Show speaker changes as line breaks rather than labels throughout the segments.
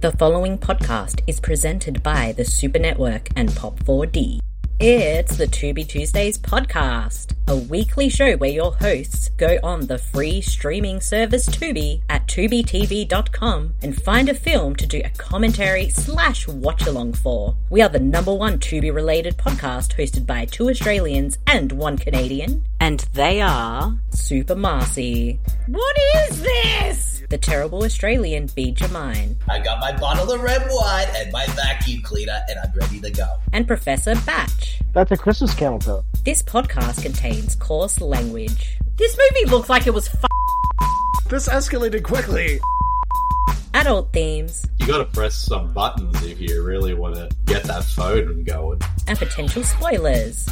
The following podcast is presented by the Super Network and Pop4D. It's the To Be Tuesdays podcast, a weekly show where your hosts go on the free streaming service Tubi at tubitv.com and find a film to do a commentary slash watch along for. We are the number one Tubi related podcast hosted by two Australians and one Canadian, and they are Super Marcy. What is this? The terrible Australian B. Jamine.
I got my bottle of red wine and my vacuum cleaner, and I'm ready to go.
and Professor Batch.
That's a Christmas counter.
This podcast contains coarse language. This movie looks like it was f-
This escalated quickly.
adult themes
you gotta press some buttons if you really wanna get that phone going.
and potential spoilers.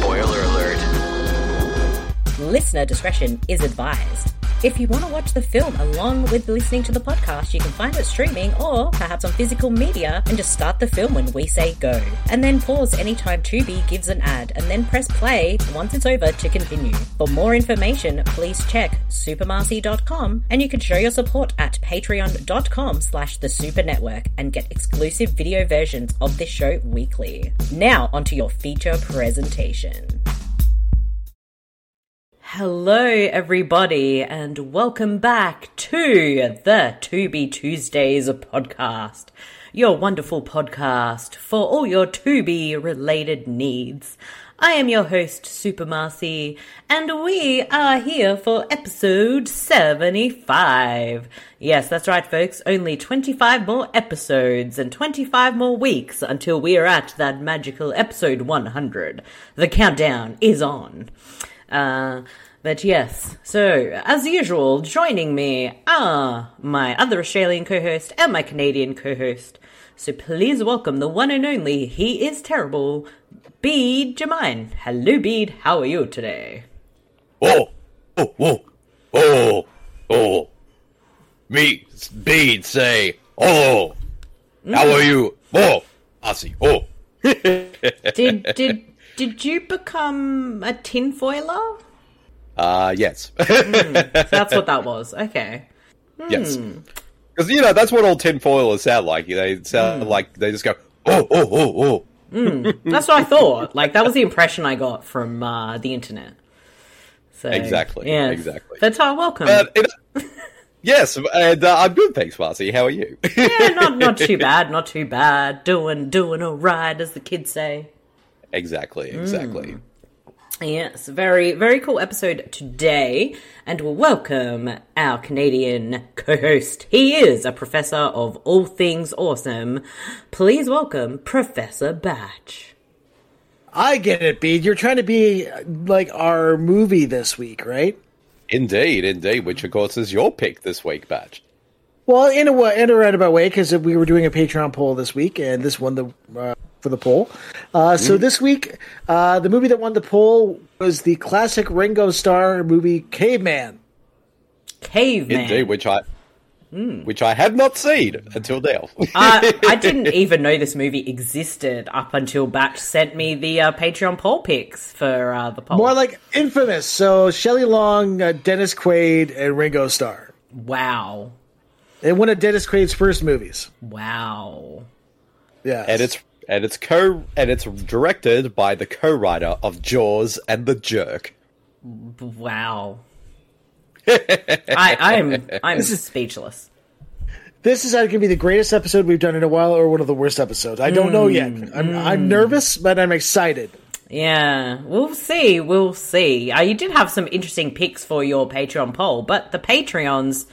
Spoiler alert.
Listener discretion is advised. If you want to watch the film along with listening to the podcast, you can find it streaming or perhaps on physical media and just start the film when we say go. And then pause anytime Tubi gives an ad and then press play once it's over to continue. For more information, please check supermarcy.com and you can show your support at patreon.com slash the super network and get exclusive video versions of this show weekly. Now onto your feature presentation. Hello, everybody, and welcome back to the To Be Tuesdays podcast, your wonderful podcast for all your To Be related needs. I am your host, Super Marcy, and we are here for episode 75. Yes, that's right, folks, only 25 more episodes and 25 more weeks until we are at that magical episode 100. The countdown is on. Uh, but yes, so as usual, joining me are my other Australian co host and my Canadian co host. So please welcome the one and only, he is terrible, Bede Jamine. Hello, Bede, how are you today?
Whoa, oh, whoa, oh, oh. Me, Bean, say, oh. How are you? Oh, Aussie, oh.
Did, did, did you become a tinfoiler?
Uh, yes,
That's what that was. Okay.
yes. Because, you know, that's what all tinfoilers sound like. They sound like they just go, oh, oh, oh, oh.
That's what I thought. Like, that was the impression I got from uh, the internet. So,
Exactly, exactly.
That's how welcome.
But it, yes, and uh, I'm good, thanks, Marcy. How are you?
yeah, not not too bad, not too bad. Doing doing all right, as the kids say.
exactly, exactly.
Yes, very very cool episode today, and we'll welcome our Canadian co-host. He is a professor of all things awesome. Please welcome Professor Batch.
I get it, Bede. You're trying to be uh, like our movie this week, right?
Indeed, indeed, which, of course, is your pick this week, Batch.
Well, in a wa- in a roundabout way, because we were doing a Patreon poll this week, and this won the uh, for the poll. Uh, so this week, uh, the movie that won the poll was the classic Ringo Starr movie Caveman.
Caveman.
Indeed, which I which I have not seen until now.
I, Uh, I didn't even know this movie existed up until Batch sent me the uh, Patreon poll picks for uh, the poll.
More like infamous. So Shelley Long, uh, Dennis Quaid, and Ringo Starr.
wow,
And one of Dennis Quaid's first movies.
wow.
Yeah,
and it's and it's co and it's directed by the co-writer of Jaws and The Jerk.
Wow. I, I'm I'm speechless.
This is either going to be the greatest episode we've done in a while or one of the worst episodes. I don't know yet. I'm, I'm nervous, but I'm excited.
Yeah, we'll see. We'll see. Uh, you did have some interesting picks for your Patreon poll, but the Patreons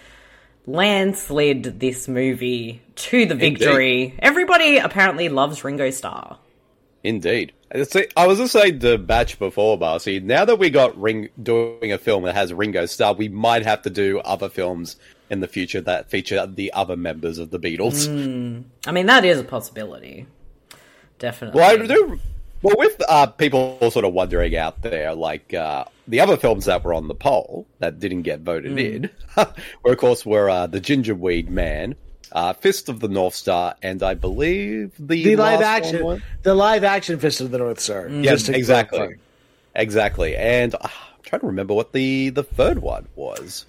landslid this movie to the victory. Everybody apparently loves Ringo Starr.
Indeed. And it's- I was just saying to Batch before, Marcy, now that we got Ring doing a film that has Ringo Starr, we might have to do other films in the future that feature the other members of the Beatles.
I mean, that is a possibility. Definitely.
Well, I do. Well, with uh, people sort of wondering out there, like uh, the other films that were on the poll that didn't get voted
Hmm.
in, were of course were uh, the Gingerweed Man, uh, Fist of the North Star, and I believe the,
The live
last
action,
one was-
the live action Fist of the North Star.
Yes,
to
exactly,
clarify.
exactly. And uh, I'm trying to remember what the the third one was.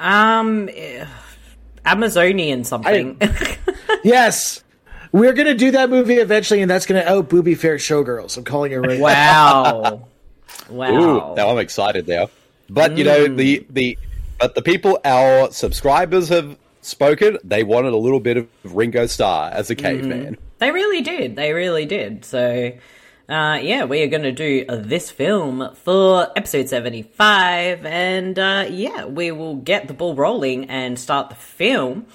Um, eh, Amazonian something.
Yes. We're going to do that movie eventually, and that's going to out Booby Fair Showgirls. I'm calling it right now.
wow. Wow.
Ooh, now I'm excited now. But you know the the but the people our subscribers have spoken. They wanted a little bit of Ringo Starr as a caveman.
They really did. They really did. So, uh, yeah, we are going to do this film for episode 75. And, uh, yeah, we will get the ball rolling and start the film.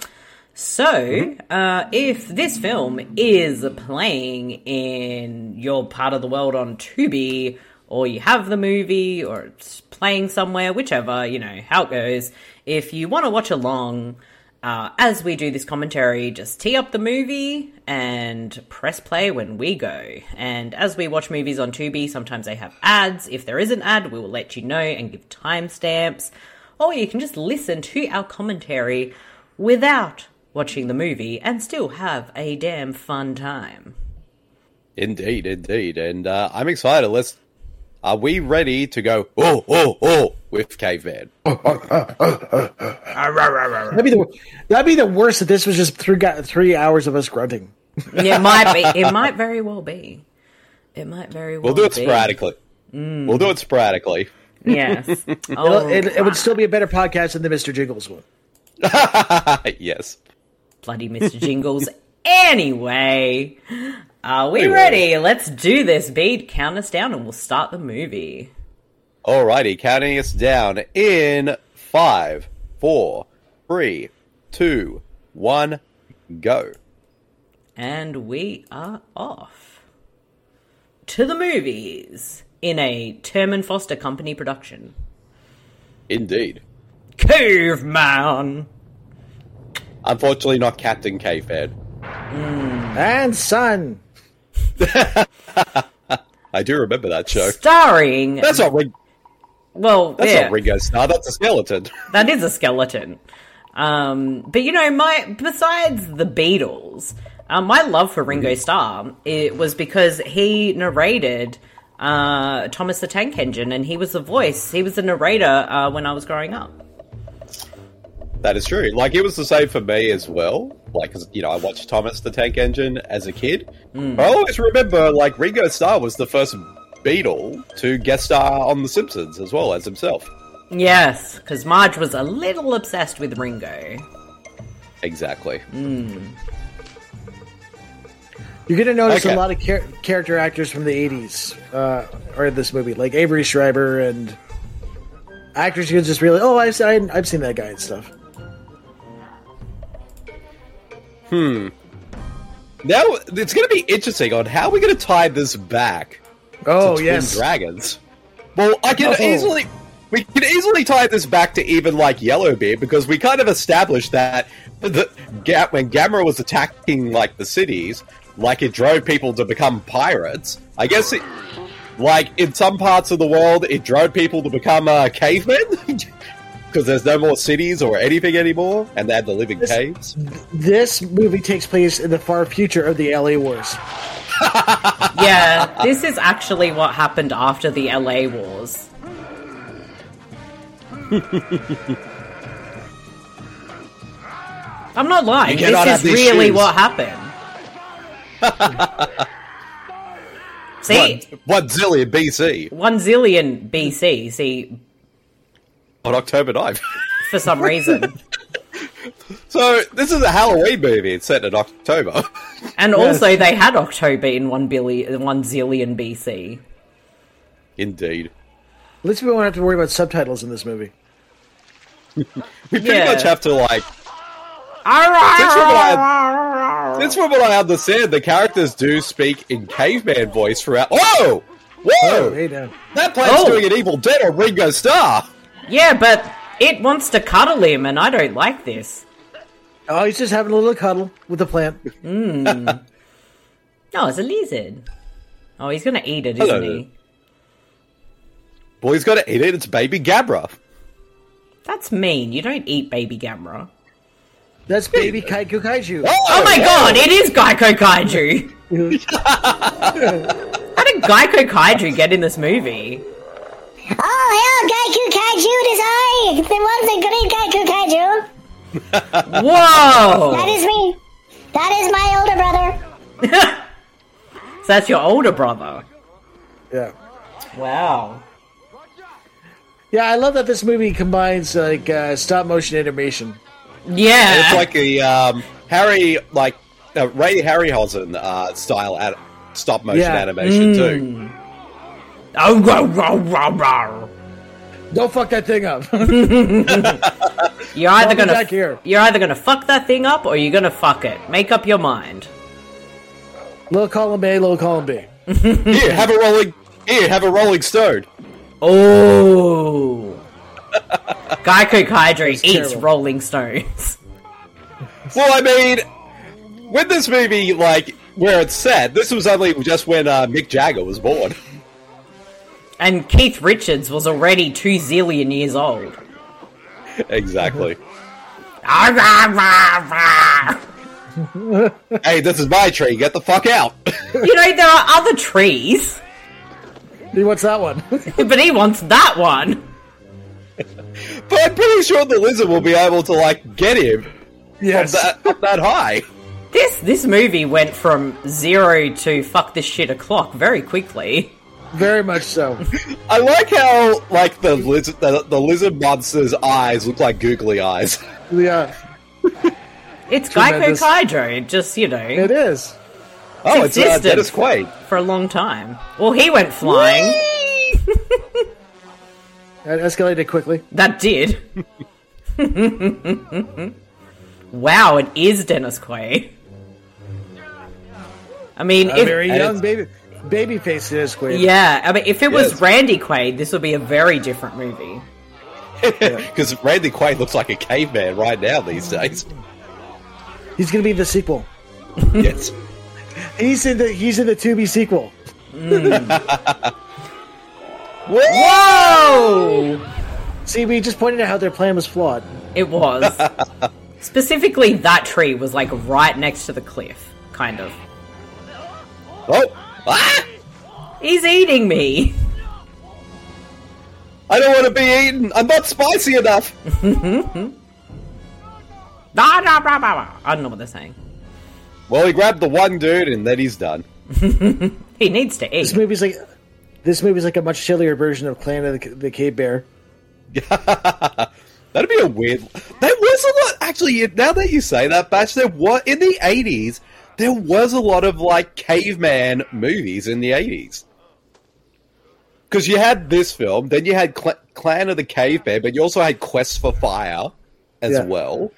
So, uh, if this film is playing in your part of the world on Tubi, or you have the movie, or it's playing somewhere, whichever, you know, how it goes, if you want to watch along, uh, as we do this commentary, just tee up the movie and press play when we go. And as we watch movies on Tubi, sometimes they have ads. If there is an ad, we will let you know and give timestamps. Or you can just listen to our commentary without watching the movie and still have a damn fun time.
Indeed, indeed, and uh, I'm excited. Let's. Are we ready to go? Oh, oh, oh! With caveman.
That'd be the that'd be the worst if this was just three got three hours of us grunting.
It might be. It might very well be. It might very well.
We'll do it
be.
sporadically. We'll do it sporadically.
Yes.
It'll-
Oh,
It, it would still be a better podcast than the Mister Jiggles one.
yes.
bloody Mr. Jingles. anyway, are we ready? Let's do this, Beat. Count us down and we'll start the movie.
Alrighty, counting us down in five, four, three, two, one, go.
And we are off. To the movies in a Terman Foster Company production.
Indeed.
Caveman!
Unfortunately, not Captain Cavehead.
And son,
I do remember that show.
Starring.
That's not Ring-
well,
that's
yeah,
not Ringo Starr. That's a skeleton.
that is a skeleton. Um, but you know, my besides the Beatles, um, my love for Ringo
Mm-hmm.
Starr it was because he narrated uh, Thomas the Tank Engine, and he was the voice. He was the narrator uh, when I was growing up.
that is true. Like it was the same for me as well. Like 'cause, you know, I watched Thomas the Tank Engine as a kid. But I always remember like Ringo Starr was the first Beatle to guest star on The Simpsons as well as himself.
Yes, because Marge was a little obsessed with Ringo.
Exactly.
you're gonna notice
Okay.
a lot of char- character actors from the '80s uh, are in this movie, like Avery Schreiber and actors you can just really oh I've se- I, I've seen that guy and stuff.
Now it's going to be interesting on how we're going to tie this back. to
Oh
Twin
yes,
Dragons. Well, I can
Oh.
easily we can easily tie this back to even like Yellowbeard because we kind of established that the, Ga- when Gamera was attacking like the cities, like it drove people to become pirates. I guess it. Like in some parts of the world, it drove people to become uh, cavemen because there's no more cities or anything anymore, and they had to live in caves.
this movie takes place in the far future of the LA Wars.
Yeah, this is actually what happened after the LA Wars. I'm not lying.
You cannot
This
have
is
these
really
shoes.
what happened.
One,
see,
one zillion BC
one zillion BC. See,
on October 9th.
for some reason,
so this is a Halloween movie. It's set in October.
and also they had October in one billion, one zillion BC.
Indeed.
At least we won't have to worry about subtitles in this movie.
We pretty
Yeah.
much have to like. That's from, what I, that's from what I understand. The characters do speak in caveman voice throughout. Whoa, whoa!
Oh, hey now.
That plane's
Oh.
doing an evil dead on Ringo Starr.
Yeah, but it wants to cuddle him, and I don't like this.
Oh, he's just having a little cuddle with the plant.
No, it's a lizard. Oh, he's gonna eat it, isn't
Hello.
he?
Boy, he's got to eat it. It's baby Gabra.
That's mean. You don't eat baby Gamera.
That's baby Kaiku Kaiju.
Oh my god, it is Geico Kaiju! How did Geico Kaiju get in this movie?
Oh, hello, Gaiku Kaiju, it is I, the one, the great Gaiku Kaiju.
Whoa! Oh.
That is me. That is my older brother.
So that's your older brother.
Yeah.
Wow.
Yeah, I love that this movie combines like uh, stop motion animation.
Yeah.
It's like a um, Harry, like uh, Ray Harryhausen uh, style ad- stop motion
Yeah.
animation too.
oh, wow, wow, wow, wow.
Don't fuck that thing up.
You're either
I'll be
gonna
back here.
you're either gonna fuck that thing up or you're gonna fuck it. Make up your mind.
little column A, little column B.
Mm.
Here, have a rolling. Here, have a Rolling Stone.
Oh. Geico Kaidri eats
terrible.
Rolling Stones.
Well, I mean, with this movie, like where it's set, this was only just when uh, Mick Jagger was born.
And Keith Richards was already two zillion years old.
exactly.
Ah, rah, rah, rah.
hey, this is my tree. Get the fuck out.
you know, there are other trees,
He wants that one.
but he wants that one.
but I'm pretty sure the lizard will be able to like get him
yes.
that, up that high.
This this movie went from zero to fuck this shit o'clock very quickly.
Very much so.
I like how like the lizard the, the lizard monster's eyes look like googly eyes.
Yeah,
It's
Tremendous.
Geico Kaidro, just you know,
it is.
Oh, it's uh,
existed
Dennis Quaid.
for a long time. Well, he went flying.
That escalated quickly.
That did. wow, it is Dennis Quaid. I mean,
A
if,
very
and
young
it's-
baby, baby face it is quick.
yeah, I mean, if it was
Yes.
Randy Quaid, this would be a very different movie.
Because Randy Quaid looks like a caveman right now these days.
He's gonna be in the sequel.
Yes.
He's in the he's in the to be sequel.
Whoa!
See, we just pointed out how their plan was flawed.
It was. Specifically, that tree was like right next to the cliff, kind of.
Oh. Ah!
He's eating me!
I don't want to be eaten. I'm not spicy enough.
Ah, rah, rah, rah, rah. I don't know what they're saying.
Well, he grabbed the one dude and then he's done.
He needs to eat.
This movie's like this movie's like a much chillier version of Clan of the, the Cave Bear.
That'd be a weird. There was a lot. Actually, now that you say that, Batch, there was in the '80s. There was a lot of like caveman movies in the '80s. Because you had this film, then you had Cl- Clan of the Caveman, but you also had Quest for Fire as
Yeah.
well,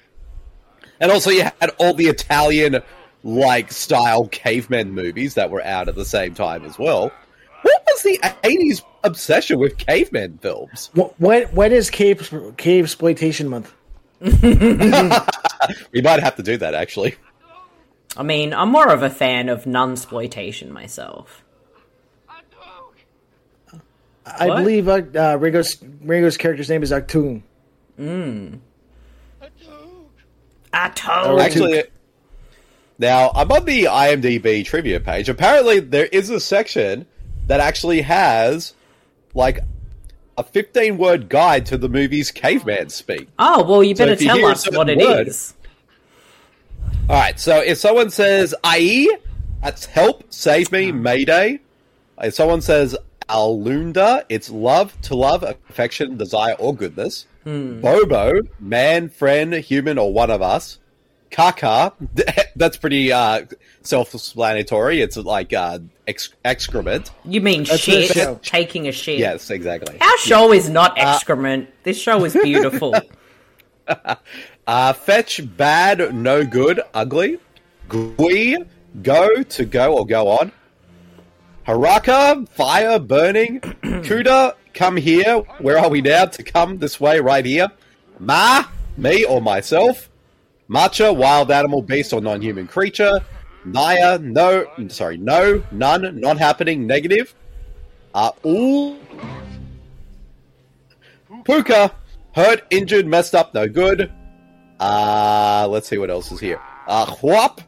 and also you had all the Italian like style caveman movies that were out at the same time as well. What was the '80s obsession with caveman films?
Wh- When when is cave cave exploitation month?
We might have to do that actually.
I mean, I'm more of a fan of nunsploitation myself.
I
What?
believe uh, uh, Ringo's Ringo's character's name is Octoon.
I told
Actually, now I'm on the IMDb trivia page. Apparently, there is a section that actually has like a 15 word guide to the movie's caveman speak.
Oh, well, you better
if you
tell
hear a
us
certain
what it is.
word- All right, so if someone says "ai," that's help, save me, mayday. If someone says "alunda," it's love, to love, affection, desire, or goodness. Bobo, man, friend, human, or one of us. Kaka, that's pretty uh, self-explanatory. It's like uh, ex- excrement.
You mean
the
shit?
show.
Taking a shit.
Yes, Uh, exactly.
Our show is not excrement. this show is beautiful.
Uh, fetch, bad, no good, ugly. Gui, go, to go or go on. Haraka, fire, burning. Kuda, come here. Where are we now? To come this way, right here. Ma, me or myself. Macha, wild animal, beast or non human creature. Naya, no, sorry, no, none, not happening, negative. Uh, all Puka, hurt, injured, messed up, no good. Uh, let's see what else is here. Uh, whop,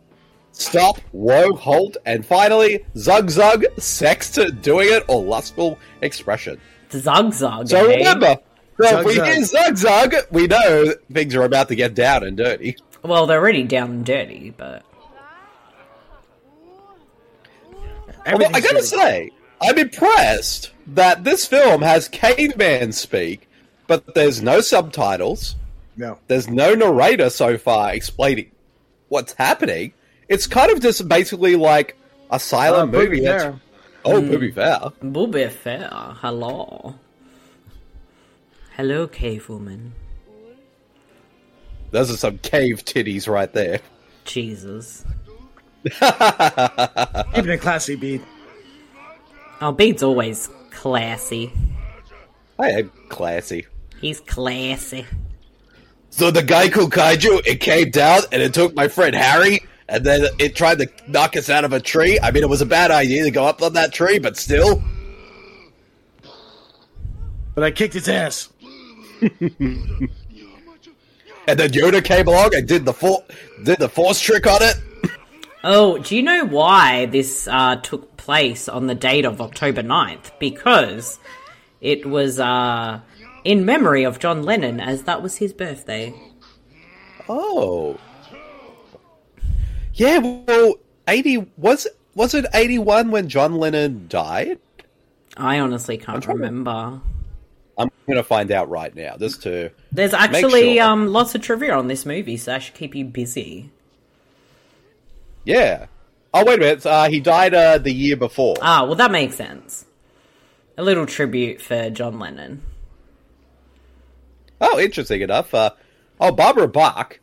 stop, woe, halt, and finally, zug zug, sex to doing it or lustful expression.
Zug zug.
So
eh?
remember, Well,
Zug,
we
zug.
hear Zug Zug, we know that things are about to get down and dirty.
Well, they're already down and dirty, but
Although, I
Everything's
gotta
dirty.
say, I'm impressed that this film has caveman speak, but there's no subtitles.
no.
There's no narrator so far explaining what's happening. It's kind of just basically like a
Uh,
silent movie.
booby
that's-
there.
Oh, movie fair.
we'll be fair. Hello. Hello, cave woman.
Those are some cave titties right there.
Jesus.
Keeping it classy, B.
Oh, Bede's always classy.
I am classy.
He's classy.
So the Geico Kaiju, it came down and it took my friend Harry, and then it tried to knock us out of a tree. I mean, it was a bad idea to go up on that tree, but still.
But I kicked his ass.
And then Yoda came along and did the for- did the force trick on it.
Oh, do you know why this uh, took place on the date of October 9th? Because it was uh, in memory of John Lennon, as that was his birthday.
Oh, yeah. Well, eighty was was it eighty one when John Lennon died?
I honestly can't
trying to-
remember.
I'm gonna find out right now. Just to
There's actually
sure.
um, lots of trivia on this movie, so I should keep you busy.
yeah. Oh wait a minute. Uh, he died uh, the year before.
Ah, well, that makes sense. A little tribute for John Lennon.
Oh, interesting enough. Uh, oh, Barbara Bach,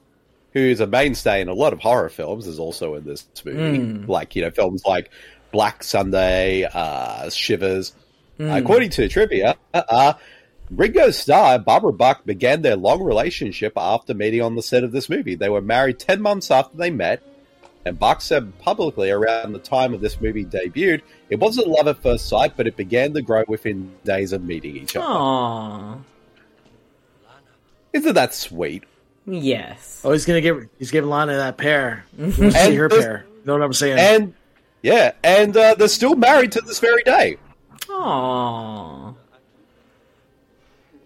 who's a mainstay in a lot of horror films, is also in this movie. Like, you know, films like Black Sunday, uh, Shivers. According to trivia, uh, uh, Ringo Starr and Barbara Bach began their long relationship after meeting on the set of this movie. They were married 10 months after they met, and Bach said publicly around the time of this movie debuted, it wasn't love at first sight, but it began to grow within days of meeting each other.
Aww.
Isn't that sweet?
Yes.
Oh, he's gonna give. He's giving Lana that pair. He wants to see
And
her
this-
pair. You know what I'm saying?
and yeah, and uh, they're still married to this very day.
Aww.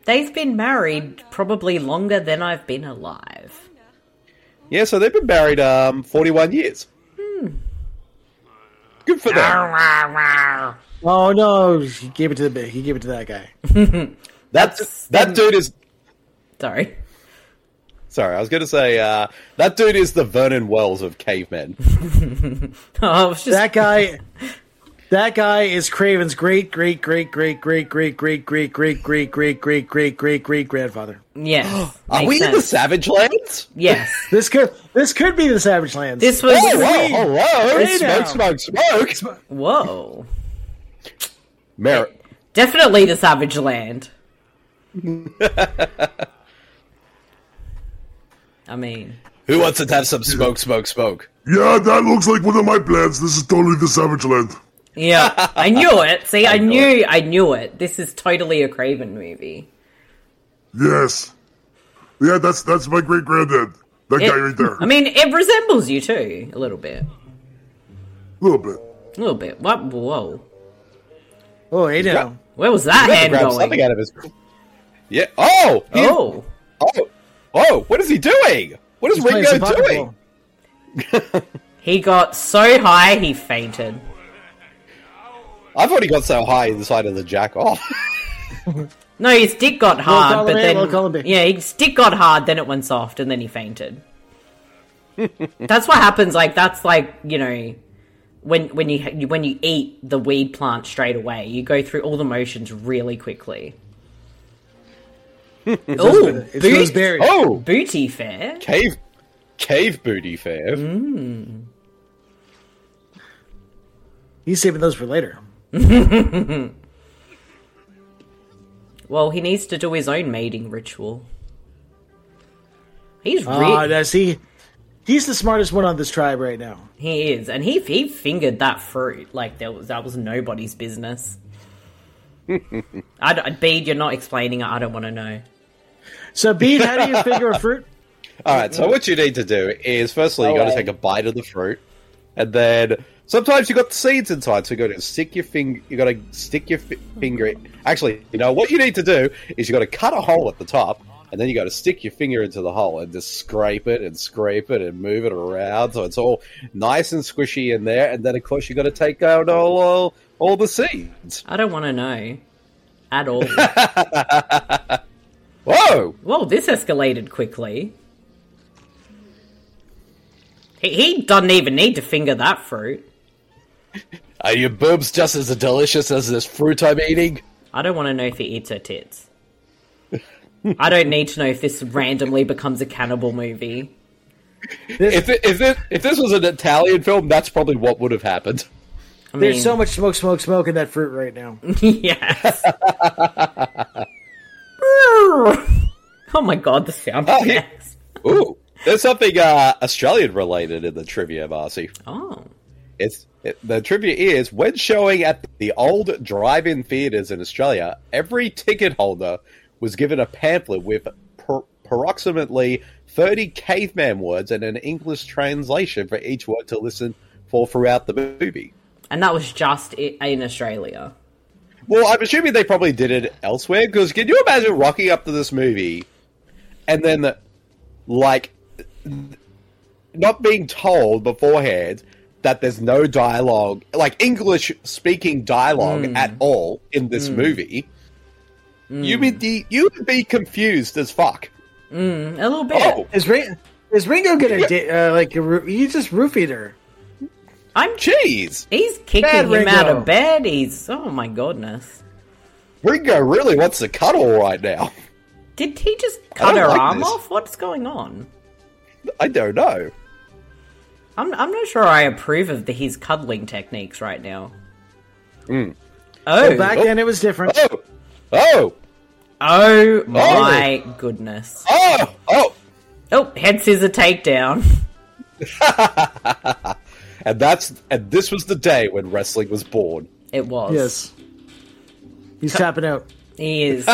They've been married probably longer than I've been alive.
Yeah, so they've been married um, forty-one years. Good for them.
oh no, he gave it to the big. He gave it to that guy.
That
That's-
that dude is
Sorry.
sorry. I was going to say uh, that dude is the Vernon Wells of cavemen.
Oh, I was just.
That guy. That guy is Craven's great, great, great, great, great, great, great, great, great, great, great, great, great, great, great grandfather.
Yes.
Are
makes
we in the
sense.
Savage Lands?
Yes.
This could this could be the Savage Lands.
This was.
Oh, whoa, hello!
Hey now.
Smoke, smoke, smoke,
Whoa.
Mer-
Definitely the Savage Land. I mean,
Who wants to have some smoke, smoke, smoke?
Yeah, that looks like one of my plans. This is totally the Savage Land.
yeah, I knew it. See, I, knew, I knew it. This is totally a Craven movie.
Yes. Yeah, that's that's my great granddad. That
It-
guy right there.
I mean, it resembles you too a little bit,
a little bit.
a little bit. What? Whoa,
Oh, hey now.
where was that
Grab
hand
something
going?
out of his. Yeah. Oh. he-
Oh,
Oh. Oh. What is he doing? What is
He's playing
Ringo
some
doing?
volleyball.
he got so high he fainted.
I've already got so high inside of the jack off.
No, his dick got hard,
column
but
A,
then
low column B.
yeah, his dick got hard. Then it went soft, and then he fainted. that's what happens. Like that's like you know, when when you when you eat the weed plant straight away, you go through all the motions really quickly. oh,
It's those
booty,
berries.
Oh,
booty fair.
cave, cave booty fair.
He's saving those for later.
Well, he needs to do his own mating ritual. He's really
Ah, now see, he's the smartest one on this tribe right now.
he is, and he he fingered that fruit like that was that was nobody's business. I don't, Bede, you're not explaining it. I don't want to know.
So, Bean, how do you figure a fruit?
All right, so what you need to do is firstly you got to
Okay.
take a bite of the fruit. and then sometimes you got the seeds inside, so you got to stick your finger. You got to stick your fi- finger. In. Actually, you know what you need to do is you got to cut a hole at the top, and then you got to stick your finger into the hole and just scrape it and scrape it and move it around so it's all nice and squishy in there. And then of course you got to take out all all, all the seeds.
I don't want to know at all.
Whoa!
Whoa, this escalated quickly. He, he doesn't even need to finger that fruit.
Are your boobs just as delicious as this fruit I'm eating?
I don't want to know if he eats her tits. I don't need to know if this randomly becomes a cannibal movie.
If it, if it, if this was an Italian film, that's probably what would have happened.
I mean,
There's so much smoke, smoke, smoke in that fruit right now.
yes. oh my god, the sound
Oh, he-
effects.
Ooh, there's something uh, Australian related in the trivia, Marcy.
Oh,
It's it, the trivia is when showing at the old drive-in theaters in Australia, every ticket holder was given a pamphlet with per- approximately 30 caveman words and an English translation for each word to listen for throughout the movie.
and that was just i- in Australia.
Well, I'm assuming they probably did it elsewhere because can you imagine rocking up to this movie and then, like, not being told beforehand that there's no dialogue, like English speaking dialogue at all in this movie? You would be you would be confused as fuck.
A little bit.
Oh,
Is, Ring- is Ringo gonna da- uh, like a roo- he just roofied her?
I'm.
jeez,
He's kicking
Bad
him out
Ringo.
of bed. He's. Oh my goodness.
Ringo really wants to cuddle right now.
Did he just
I
cut
don't
her
like
arm
this.
off? What's going on?
I don't know.
I'm, I'm not sure I approve of the, his cuddling techniques right now. Oh,
Hmm.
Well, back then it was different.
Oh, oh,
oh my goodness.
oh, oh.
Oh, head scissor takedown.
And that's and this was the day when wrestling was born.
It was.
Yes, he's tapping out.
He is.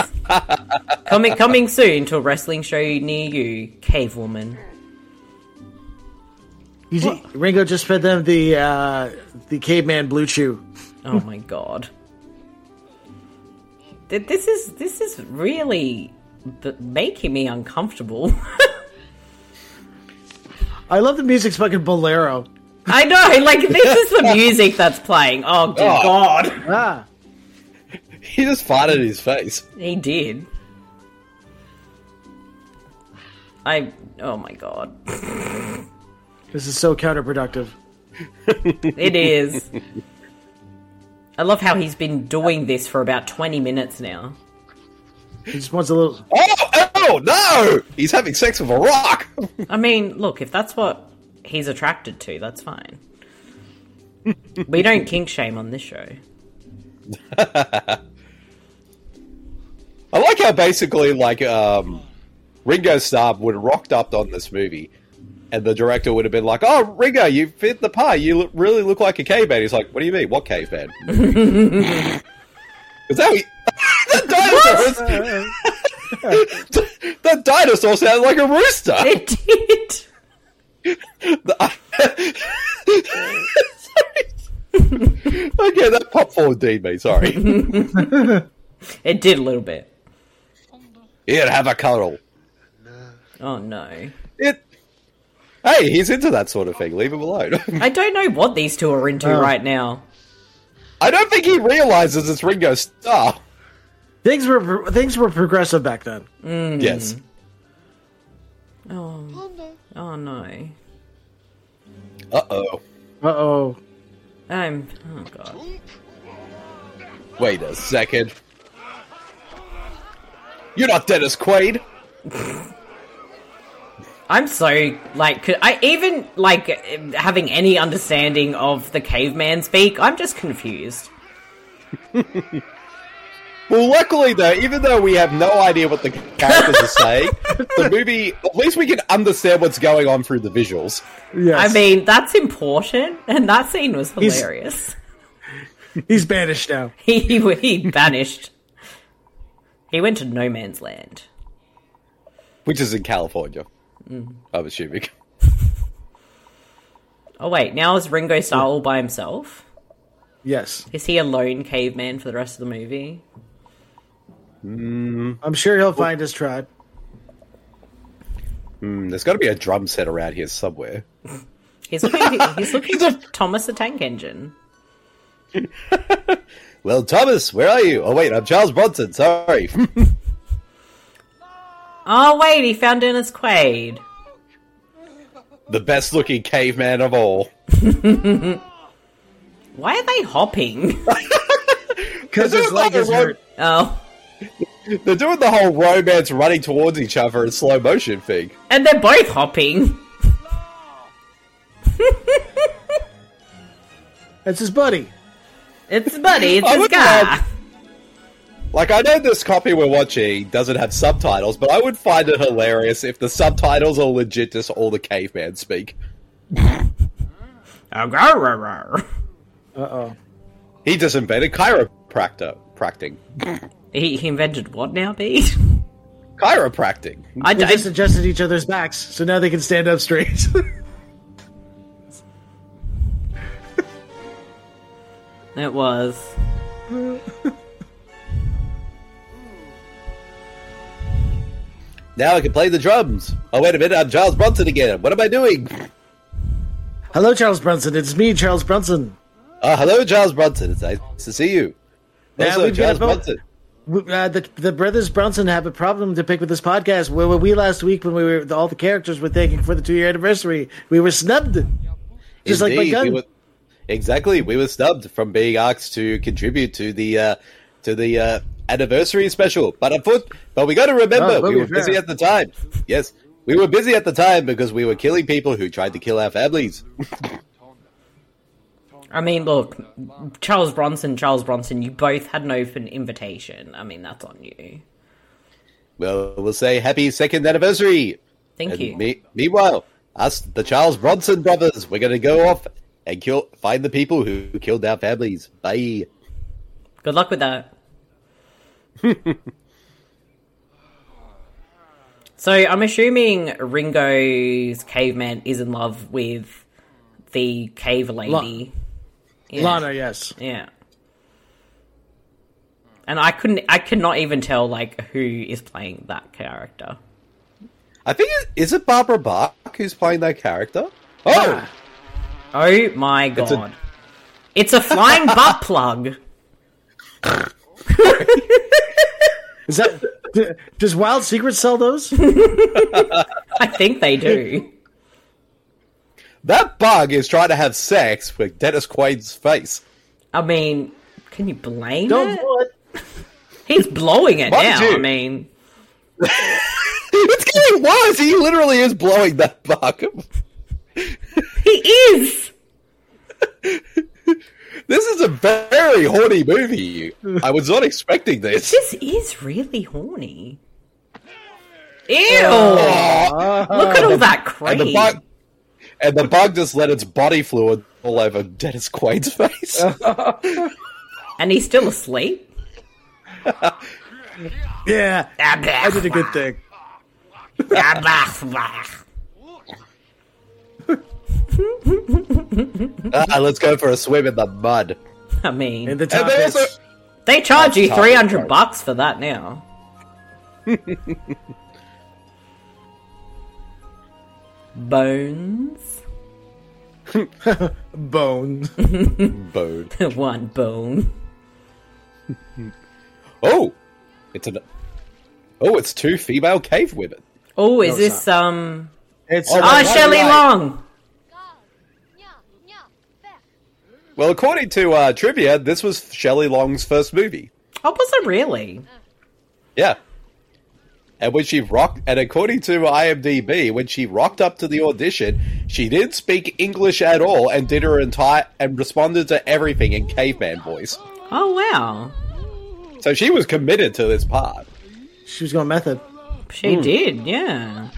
coming, coming soon to a wrestling show near you, Cave Woman.
You ju- Ringo just fed them the uh, the caveman blue chew.
Oh my god. Th- This is this is really b- making me uncomfortable.
I love the music's fucking bolero.
I know, like this is the music that's playing. Oh, dear
Oh.
god,
Ah,
He just farted in his face.
he did. I oh my god,
this is so counterproductive.
it is. I love how he's been doing this for about twenty minutes now.
He just wants a little.
Oh, oh no! He's having sex with a rock.
I mean, look, if that's what he's attracted to, that's fine. we don't kink shame on this show.
I like how basically like um, Ringo Starr would have rocked up on this movie, and the director would have been like, "Oh, Ringo, you fit the pie. You look, really look like a caveman." He's like, "What do you mean? What caveman?" Is that what he- the dinosaur? the dinosaur sounded like a rooster.
It did.
Okay, that pop forward D me. Sorry.
It did a little bit.
Here, have a cuddle.
Oh no.
It. Hey, he's into that sort of thing. Leave him alone.
I don't know what these two are into right now.
I don't think he realizes it's Ringo Starr.
Things were pro- things were progressive back then.
Yes.
Oh, oh no.
Uh oh.
Uh oh.
Um, oh god.
Wait a second. You're not Dennis Quaid.
I'm so, like, could I even, like, eh, having any understanding of the caveman speak, I'm just confused.
Well, luckily though, even though we have no idea what the characters are saying, the movie at least we can understand what's going on through the visuals.
Yes.
I mean, that's important, and that scene was hilarious.
he's banished now.
He, he, he vanished. He went to no man's land.
Which is in California, I'm assuming.
Oh wait, now is Ringo Starr all by himself?
Yes,
Is he a lone caveman for the rest of the movie?
I'm sure he'll find his tribe.
Hmm, there's got to be a drum set around here somewhere.
He's looking. he's looking for Thomas the Tank Engine.
Well, Thomas, where are you? Oh wait, I'm Charles Bronson. Sorry.
Oh wait, he found Dennis Quaid.
the best looking caveman of all.
Why are they hopping?
Because
They're
his
doing
leg
the
is
whole-
hurt.
oh,
They're doing the whole romance running towards each other in slow motion thing.
and they're both hopping.
That's his buddy.
It's Buddy. It's
I
his
would
guy.
love- Like I know this copy we're watching doesn't have subtitles, but I would find it hilarious if the subtitles are legit just all the caveman speak.
Oh, rawr, rawr, rawr.
Uh oh.
He just invented chiropractor practicing.
He, he invented what now, B?
Chiropractic.
I,
They
I,
just adjusted each other's backs, so now they can stand up straight.
it was.
Now I can play the drums. Oh wait a minute, I'm Charles Bronson again. What am I doing?
Hello, Charles Brunson. It's me, Charles Brunson.
Uh, hello, Charles Bronson. It's nice to see you.
Yeah,
Also,
we've got
Charles
both-
Bronson.
W- Uh, the, the brothers Brunson have a problem to pick with this podcast. Where were we last week when we were all the characters were thanking for the two year anniversary? We were snubbed, just like my
Indeed,
gun.
we were- exactly, we were snubbed from being asked to contribute to the uh, to the uh, anniversary special. But I put, but we got to remember
Oh, but
we
we
were
were.
busy at the time. Yes, we were busy at the time because we were killing people who tried to kill our families.
I mean, look, Charles Bronson, Charles Bronson, you both had an open invitation. I mean, that's on you.
well, we'll say happy second anniversary.
Thank
And
you.
me- meanwhile, us, the Charles Bronson brothers, we're going to go off and kill find the people who killed our families. Bye.
Good luck with that. so I'm assuming Ringo's caveman is in love with the cave lady. yeah.
Lana, yes.
Yeah. And I couldn't I could not even tell like who is playing that character.
I think it, is it Barbara Bach who's playing that character? Oh,
Oh my god.
a-
It's a flying butt plug.
Is that d- does Wild Secret sell those?
I think they do.
That bug is trying to have sex with Dennis Quaid's face.
I mean, can you blame
Don't
it?
do it.
He's blowing it
Mind
now.
you.
I mean,
It's getting worse. He literally is blowing that bug.
he is.
This is a very horny movie. I was not expecting this.
This is really horny. Ew! Look at all that
And the
cream.
bug, and the bug just let its body fluid all over Dennis Quaid's face.
And he's still asleep.
Yeah, I did a good thing.
ah, let's go for a swim in the mud.
I mean,
And the
And
top
they
is
also,
they charge you
That's
three
tough,
hundred
though.
bucks for that now. Bones,
bone.
bone.
one bone.
Oh, it's an. Oh, it's two female cave women.
Oh, is
No, it's
this um?
It's
Oh,
Oh,
right,
Shelley
right.
Long.
Well, according to uh, trivia, this was Shelley Long's first movie.
Oh, was it really?
Yeah. And when she rocked, and according to IMDb, when she rocked up to the audition, she didn't speak English at all and did her entire and responded to everything in caveman voice.
Oh wow,
So she was committed to this part.
she was going method.
she
Mm.
did. Yeah.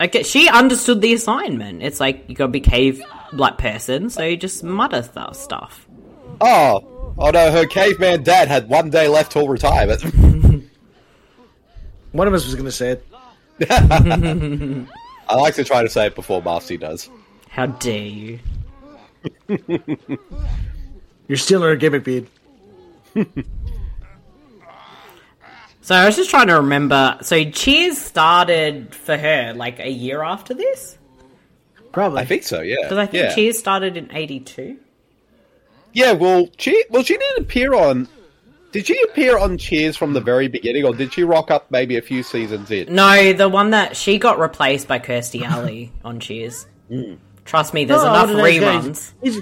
Okay, she understood the assignment. It's like you gotta be cave like person, so you just mutter th- stuff.
Oh, oh no, her caveman dad had one day left till retirement.
One of us was going to say it.
I like to try to say it before Marcy does.
How dare you?
You're stealing her gimmick, Bede.
So I was just trying to remember. So Cheers started for her like a year after this?
Probably.
I think so. Yeah,
Because I think
yeah.
Cheers started in 82.
Yeah, well, she well she didn't appear on. Did she appear on Cheers from the very beginning, or did she rock up maybe a few seasons in?
No, the one that she got replaced by Kirsty Alley on Cheers. Trust me, there's
Oh,
enough
what a nice guy.
reruns.
He's,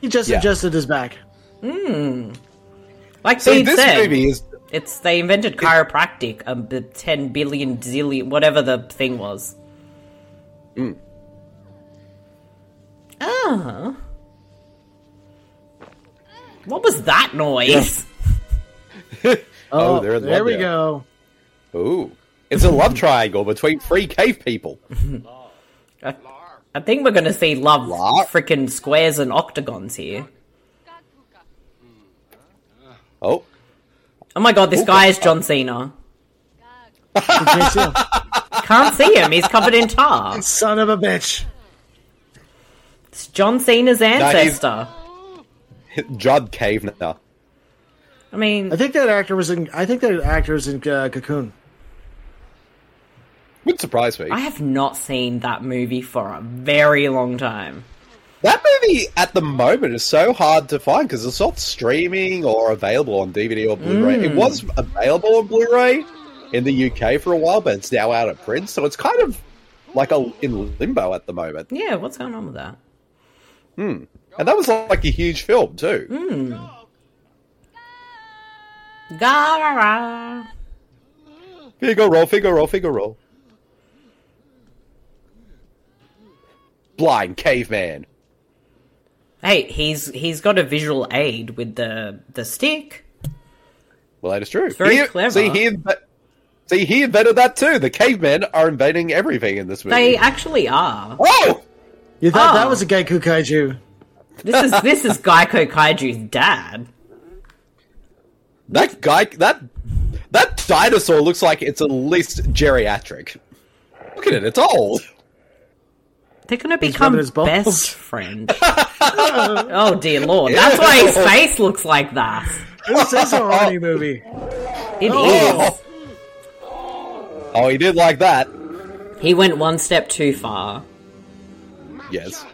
he just
Yeah.
adjusted his back.
Like
See,
Bede
this
said,
movie is
it's they invented chiropractic, um, the ten billion zillion, whatever the thing was.
Mm.
Ah. What was that noise?
Oh, they're in
there
love
we
now.
go.
ooh, it's a love triangle between three cave people.
I, I think we're going to see love
Lark?
freaking squares and octagons here.
Oh,
Oh my god, this guy is John Cena.
You can't see him.
Can't see him. He's covered in tar.
Son of a bitch.
It's John Cena's
he's-
ancestor.
Judd Kavner.
I mean,
I think that actor was in. I think that actor was in uh, Cocoon.
Would surprise me.
I have not seen that movie for a very long time.
That movie at the moment is so hard to find because it's not streaming or available on DVD or Blu-ray.
Mm.
It was available on Blu-ray in the UK for a while, but it's now out of print, so it's kind of like a in limbo at the moment.
Yeah, what's going on with that?
And that was like a huge film too.
Mm. Gara.
Figure roll, figure roll, figure roll. Blind caveman.
Hey, he's he's got a visual aid with the the stick.
Well, that is true.
very
He-
clever.
See, he inve- see, he invented that too. The cavemen are inventing everything in this movie.
They actually are.
oh.
You thought that
Oh.
was a Geico Kaiju.
This is this is Geico Kaiju's dad.
That guy, that that dinosaur looks like it's at least geriatric. Look at it; it's old.
They're gonna become
rubbing his balls.
best friend. oh dear lord, that's why his face looks like that.
This is a horny movie.
It
Oh.
is.
Oh, he did like that.
He went one step too far.
Yes.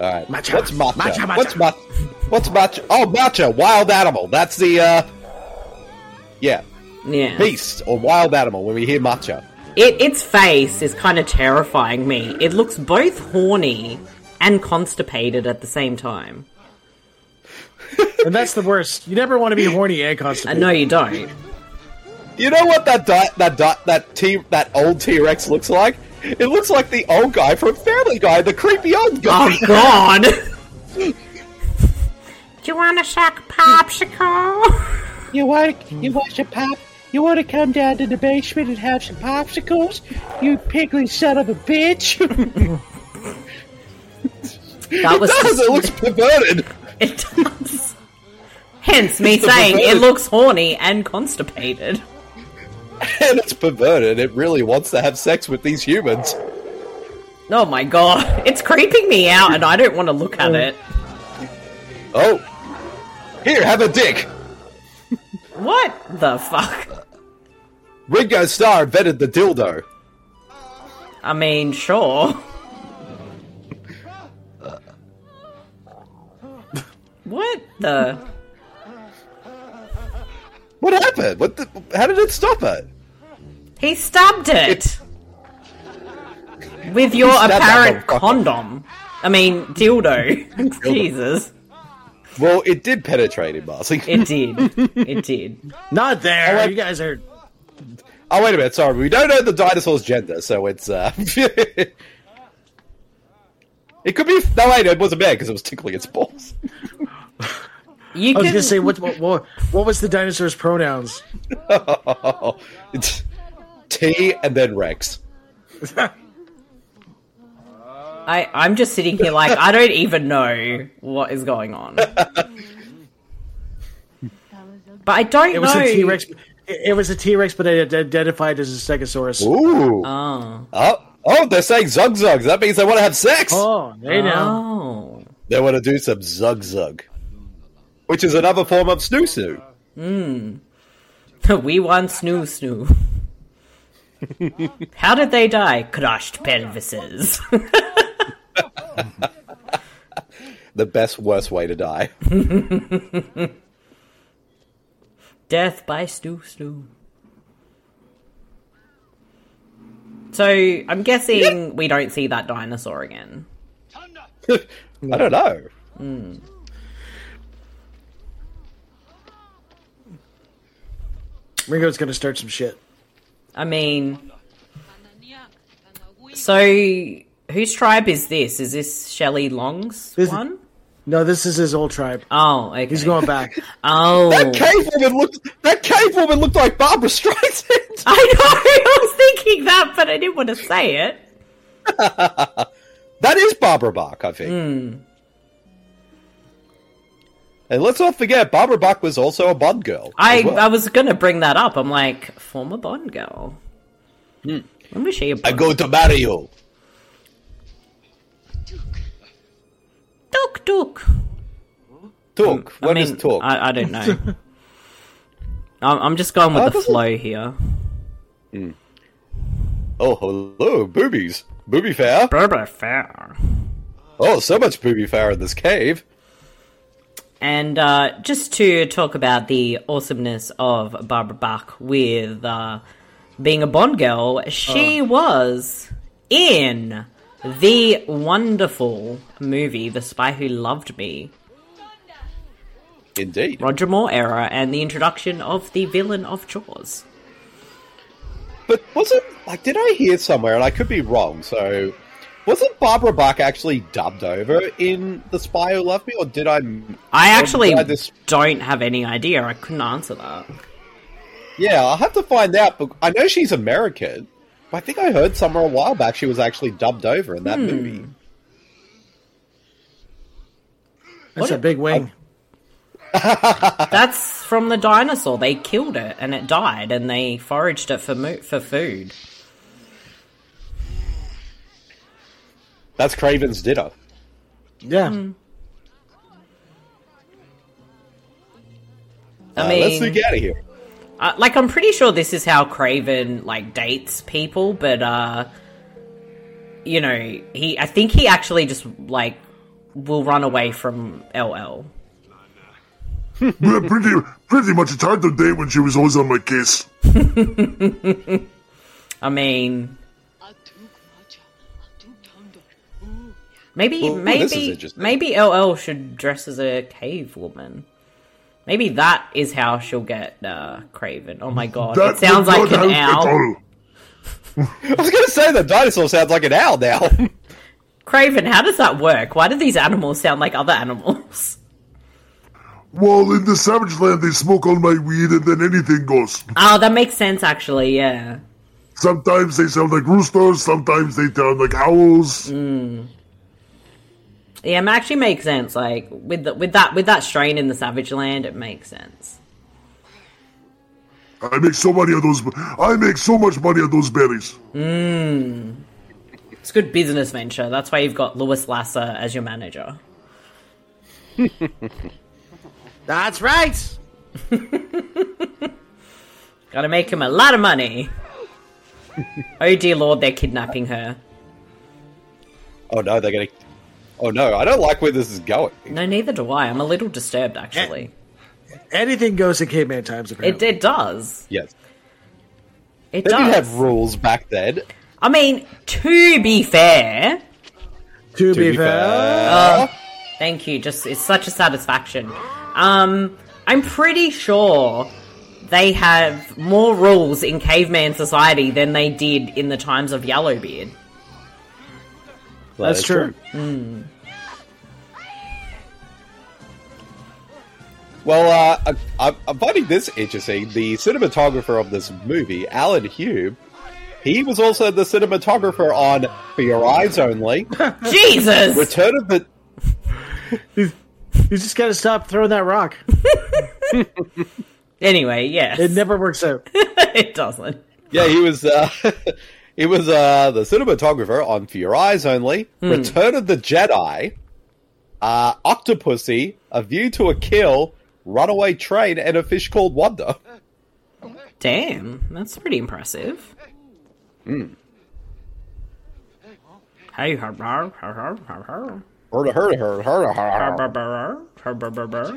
All right. What's matcha? What's matcha? What's matcha? Oh, matcha, wild animal. That's the uh, yeah,
Yeah.
beast or wild animal. When we hear matcha,
It, its face is kind of terrifying me. It looks both horny and constipated at the same time.
And that's the worst. You never want to be horny and
Uh,
constipated.
no, you don't.
you know what that di- that di- that t- that old T Rex looks like? It looks like the old guy from Family Guy, the creepy old guy.
Oh, God! Do you want a shock popsicle?
You want you want some pop? You want to come down to the basement and have some popsicles? You piggly son of a bitch!
That was
Does it looks perverted?
it does. Hence me saying it looks horny and constipated.
and it's perverted. It really wants to have sex with these humans.
Oh my god, it's creeping me out, and I don't want to look at it.
Oh, here, have a dick.
What the fuck?
Ringo Starr invented the dildo.
I mean, sure. What the?
What happened? What? The, how did it stop it?
He stabbed it! With your
stabbed that
apparent
motherfucker.
condom. I mean, dildo. Jesus.
Well, it did penetrate him, Marcy.
It did. It did.
Not there. you guys are.
oh, wait a minute. Sorry, we don't know the dinosaur's gender, so it's. uh It could be. No, wait, it wasn't bad because it was tickling its balls.
You
I was
can.
gonna say what what what, what was the dinosaur's pronouns?
It's T and then Rex.
I, I'm just sitting here like, I don't even know what is going on. But I don't
It was
know.
a T Rex. It, it was a T Rex, but it identified as a Stegosaurus.
Ooh.
Oh.
Oh, Oh, they're saying zug zugs. That means they want to have sex.
Oh, they know.
Oh.
They want to do some zug zug, which is another form of snoo snoo.
We want snoo snoo. How did they die? Crushed pelvises.
The best, worst way to die.
Death by Snoo Snoo. So I'm guessing we don't see that dinosaur again.
I don't know.
Ringo's gonna start some shit.
I mean, so whose tribe is this? Is this Shelley Long's
This-
one?
No, this is his old tribe.
Oh, okay.
He's going back.
Oh,
That cave woman looked. That cave woman looked like Barbara Streisand.
I know. I was thinking that, but I didn't want to say it.
That is Barbara Bach, I think. And let's not forget, Barbara Bach was also a Bond girl.
I
as well.
I was gonna bring that up. I'm like former Bond girl. When was she a
Hmm. I
Bond?
go to marry you.
Tuk tuk.
Talk. What is talk?
Hmm. I, I don't know. I'm, I'm just going with
Oh,
the
doesn't-
flow here.
Oh, hello, boobies. Booby fair.
Burba fair.
Oh, so much booby fair in this cave.
And uh, just to talk about the awesomeness of Barbara Bach with uh, being a Bond girl,
Oh.
she was in the wonderful movie The Spy Who Loved Me,
Indeed.
Roger Moore era, and the introduction of the villain of Jaws.
But wasn't, like, did I hear somewhere, and I could be wrong, so wasn't Barbara Bach actually dubbed over in The Spy Who Loved Me, or did I.
I actually
glad this-
don't have any idea. I couldn't answer that.
Yeah, I'll have to find out, but I know she's American. But I think I heard somewhere a while back she was actually dubbed over in that movie.
That's a big wing.
That's from the dinosaur. They killed it and it died, and they foraged it for mo- for food.
That's Craven's Dinner.
Yeah.
I
Uh,
mean,
let's get out of here.
Uh, like I'm pretty sure this is how Craven like dates people, but uh you know, he I think he actually just like will run away from LL.
Well, pretty, pretty much it's hard to date when she was always on my case.
I mean, maybe
Ooh, this is
maybe
interesting.
maybe LL should dress as a cave woman. Maybe that is how she'll get uh, Craven. Oh my god, it
That
sounds like
would not
an
help at
owl.
all.
I was going to say the dinosaur sounds like an owl now.
Craven, how does that work? Why do these animals sound like other animals?
Well, in the Savage Land, they smoke all my weed and then anything goes.
Oh, that makes sense actually. Yeah.
Sometimes they sound like roosters, sometimes they sound like owls.
Mm. Yeah, it actually makes sense. Like with the, with that with that strain in the Savage Land, it makes sense.
I make so many of those. I make so much money on those berries.
It's a good business venture. That's why you've got Lewis Lasser as your manager.
That's right.
Got to make him a lot of money. oh dear lord, they're kidnapping her.
oh no, they're going to. Oh no, I don't like where this is going.
No, neither do I. I'm a little disturbed actually.
Anything goes in caveman times.
It
Apparently,
it does.
Yes.
It
They did have
does.
rules back then.
I mean, to be fair,
to,
To
be,
be
fair,
fair.
Thank you. Just it's such a satisfaction. Um, I'm pretty sure they have more rules in caveman society than they did in the times of Yellowbeard.
Well,
that's true.
Hmm. Well, uh, I, I'm finding this interesting. The cinematographer of this movie, Alan Hume, he was also the cinematographer on For Your Eyes Only,
Jesus,
Return of the
You just gotta stop throwing that rock.
Anyway, yes,
It never works out.
it doesn't.
Yeah, he was. Uh, It was uh, the cinematographer on For Your Eyes Only,
Hmm.
Return of the Jedi, uh, Octopussy, A View to a Kill, Runaway Train, and A Fish Called Wanda.
Damn, that's pretty impressive.
Hmm.
Hey, har har har har har har.
Heard, heard, heard,
Har
heard, heard.
har har har har har har.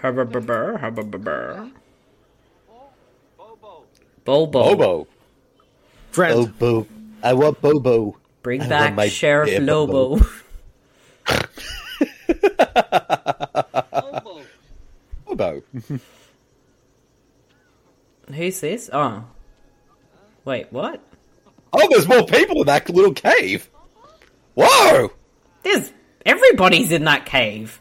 Har har har har har har har. Bobo.
Bobo.
Friend.
Bobo. I want Bobo.
Bring
I
back
want my
Sheriff
beer,
Lobo.
Bobo.
Who's this? Oh. Wait, what?
Oh, there's more people in that little cave. Whoa!
There's. Everybody's in that cave.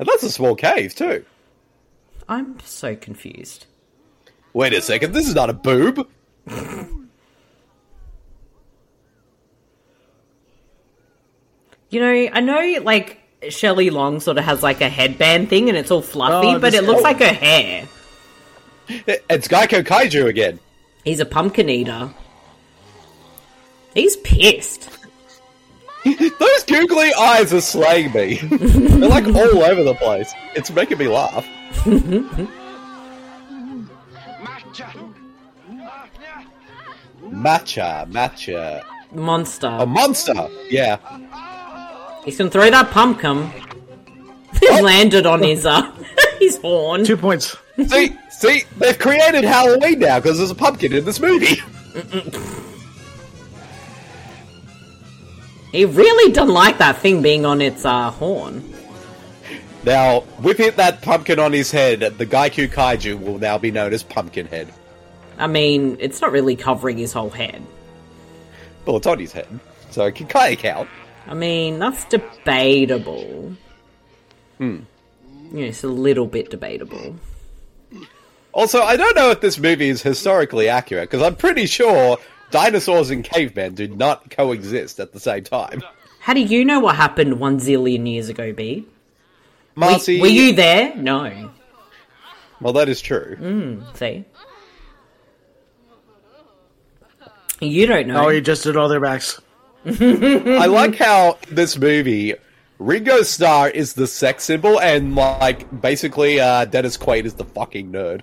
And that's a small cave, too.
I'm so confused.
Wait a second, this is not a boob.
You know, I know, like, Shelley Long sort of has, like, a headband thing and it's all fluffy,
Oh,
but
this-
it looks
oh.
like her hair.
It- It's Geico Kaiju again.
He's a pumpkin eater. He's pissed.
Those googly eyes are slaying me. They're like all over the place. It's making me laugh. matcha, matcha.
Monster.
A monster! Yeah.
He's gonna throw that pumpkin. It landed on his uh, his horn.
Two points.
See, see, they've created Halloween now because there's a pumpkin in this movie.
He really doesn't like that thing being on its uh, horn.
Now, whip hit that pumpkin on his head, the Gaiku Kaiju will now be known as Pumpkinhead.
I mean, it's not really covering his whole head.
Well, it's on his head, so it can kind of count.
I mean, that's debatable. Hmm. You know, it's a little bit debatable.
Also, I don't know if this movie is historically accurate because I'm pretty sure dinosaurs and cavemen do not coexist at the same time.
How do you know what happened one zillion years ago, B?
Marcy,
Were you there? No.
well, that is true.
Mm-hmm. See? You don't know.
Oh, you just did all their backs.
I like how in this movie Ringo Starr is the sex symbol, and like basically uh, Dennis Quaid is the fucking nerd.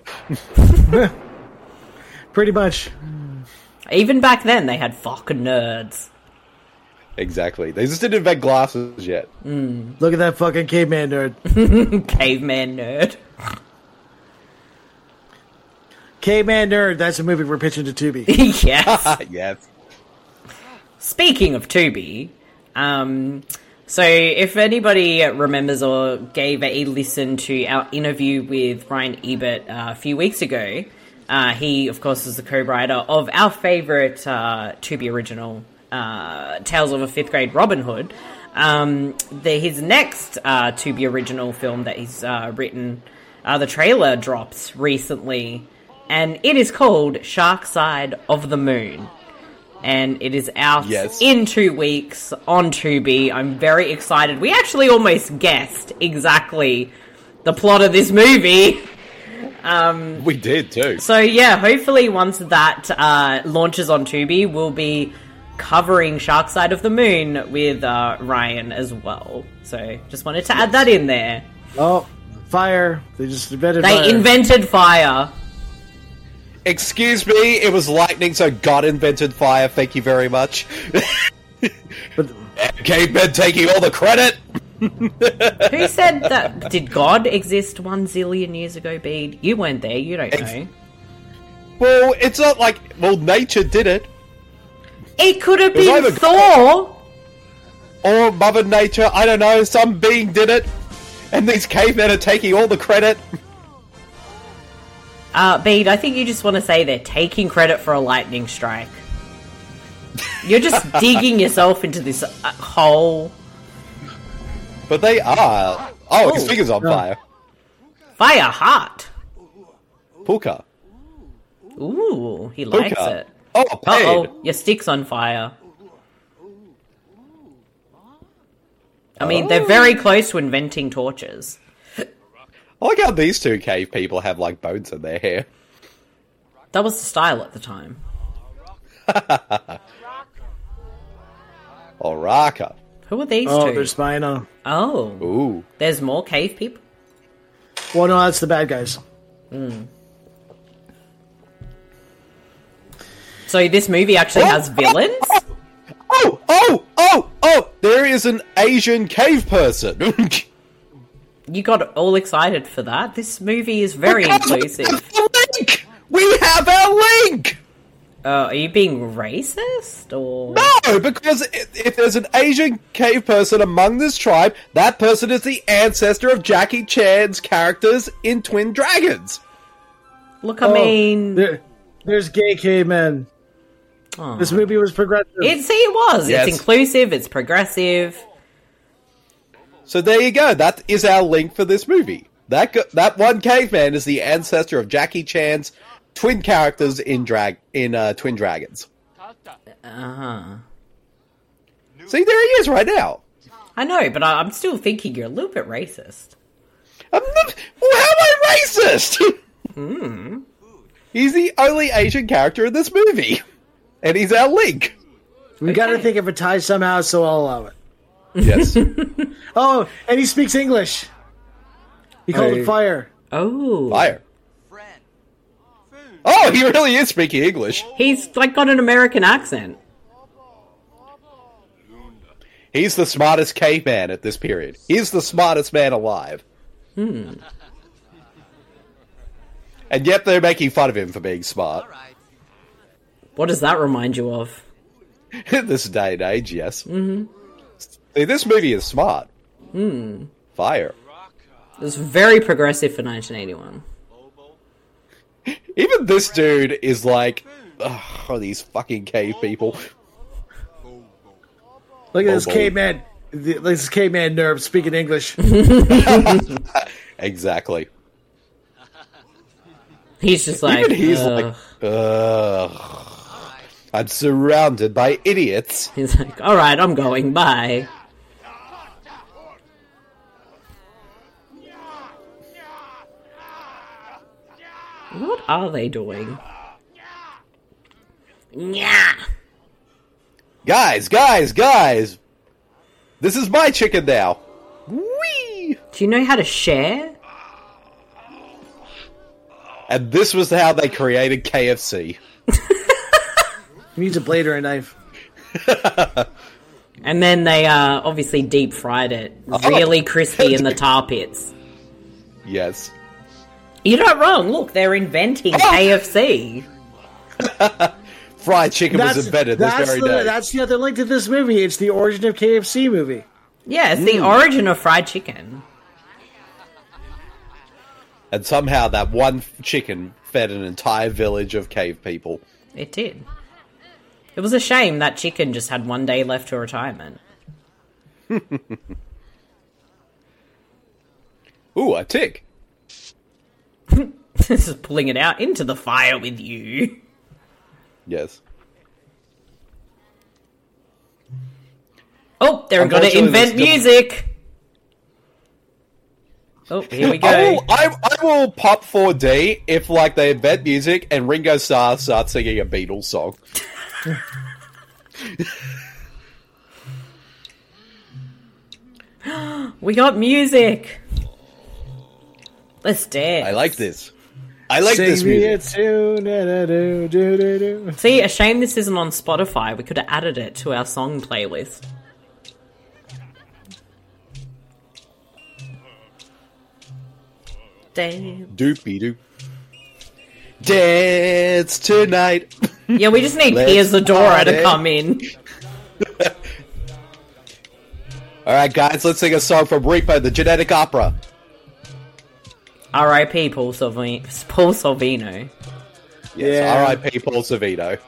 Pretty much.
Even back then, they had fucking nerds.
exactly. They just didn't invent glasses yet.
Look at that fucking caveman nerd.
Caveman nerd.
caveman nerd. That's a movie we're pitching to Tubi.
yes.
yes.
Speaking of Tubi, um, so if anybody remembers or gave a listen to our interview with Ryan Ebert uh, a few weeks ago, uh, he, of course, is the co-writer of our favourite uh, Tubi original, uh, Tales of a Fifth Grade Robin Hood. Um, the, his next uh, Tubi original film that he's uh, written, uh, the trailer drops recently, and it is called Shark Side of the Moon and it is out
Yes.
in two weeks on Tubi. I'm very excited. We actually almost guessed exactly the plot of this movie.
We did too.
So yeah, hopefully once that uh, launches on Tubi, we'll be covering Shark Side of the Moon with uh, Ryan as well. So just wanted to add that in there.
Oh, fire. They just invented
They
fire.
invented fire.
Excuse me, it was lightning, so God invented fire. Thank you very much.
But-
Cavemen taking all the credit.
Who said that? Did God exist one zillion years ago, Bede? You weren't there. You don't know.
Well, it's not like well, nature did it,
It could have
was
been
either
Thor.
or Mother Nature. I don't know. Some being did it, and these cavemen are taking all the credit.
Uh, Bede, I think you just want to say they're taking credit for a lightning strike. You're just digging yourself into this uh, hole.
But they are. Oh, his
Oh,
finger's on fire.
Fire heart.
Puka.
Ooh, he likes
Puka.
it.
Oh,
Uh
paid.
oh, your stick's on fire. I mean, they're very close to inventing torches.
I like how these two cave people have like bones in their hair.
That was the style at the time.
Oraka.
Who are these
Oh,
two?
they're spying on him.
Oh,
Ooh.
there's more cave people.
Well, no, that's the bad guys.
So this movie actually has villains.
Oh, oh, oh, oh! There is an Asian cave person.
You got all excited for that. This movie is very inclusive.
link! We have our link!
Uh, are you being racist or?
No, because i- if there's an Asian cave person among this tribe, that person is the ancestor of Jackie Chan's characters in Twin Dragons.
Look, I
Oh,
mean,
Oh, There, there's gay cavemen. This movie was progressive.
It see, it was.
Yes.
It's inclusive. It's progressive.
So there you go. That is our link for this movie. That go- that one caveman is the ancestor of Jackie Chan's twin characters in drag in uh, Twin Dragons.
Uh huh.
See, there he is right now.
I know, but I, I'm still thinking you're a little bit racist.
I'm not- well, how am I racist? He's the only Asian character in this movie, and he's our link.
we got to think of a tie somehow, so I'll allow it.
Yes.
Oh, and he speaks English. He called
I-
it fire.
Oh,
Liar. Oh, he really is speaking English.
he's like got an American accent.
He's the smartest caveman at this period. He's the smartest man alive. Hmm. And yet they're making fun of him for being smart.
What does that remind you of?
In this day and age, yes. Mm-hmm. See, this movie is smart. Hmm. Fire.
It was very progressive for 1981.
Even this dude is like, oh, these fucking cave people.
Look at this
Bobo.
caveman. th- Look at this caveman nerve speaking English.
Exactly.
He's just like, uh,
Even he's
"Ugh."
like, ugh. I'm surrounded by idiots.
he's like, all right, I'm going. Bye. What are they doing? Yeah.
Guys, guys, guys! This is my chicken now! Whee!
Do you know how to share?
And this was how they created KFC.
he needs a blade or a knife.
And then they uh, obviously deep fried it really crispy in the tar pits.
Yes.
You're not wrong. Look, they're inventing KFC.
Fried chicken was invented this
that's
very
the,
day.
That's the other link to this movie. It's the origin of KFC movie.
Yeah, it's the origin of fried chicken.
And somehow that one f- chicken fed an entire village of cave people.
It did. It was a shame that chicken just had one day left to retirement.
Ooh, a tick.
this is pulling it out into the fire with you.
Yes.
Oh, they're
I'm
gonna
not sure
invent
that's good.
music. Oh, here we
I
go.
will, I, I will pop 4D if, like, they invent music and Ringo Starr starts singing a Beatles song.
We got music. Let's dance.
I like this. I like
Sing
this
me
music.
a tune, da-da-doo, do-do-do.
See, a shame this isn't on Spotify. We could have added it to our song playlist. Damn.
Doopy doop. Dance tonight.
Yeah, we just need
Let's
Piers Zadora to
party.
come in.
All right, guys, let's sing a song from Repo, the Genetic Opera.
R.I.P. Paul, Salvi- Paul Salvino.
Yes,
Yeah.
R.I.P. Paul Savino.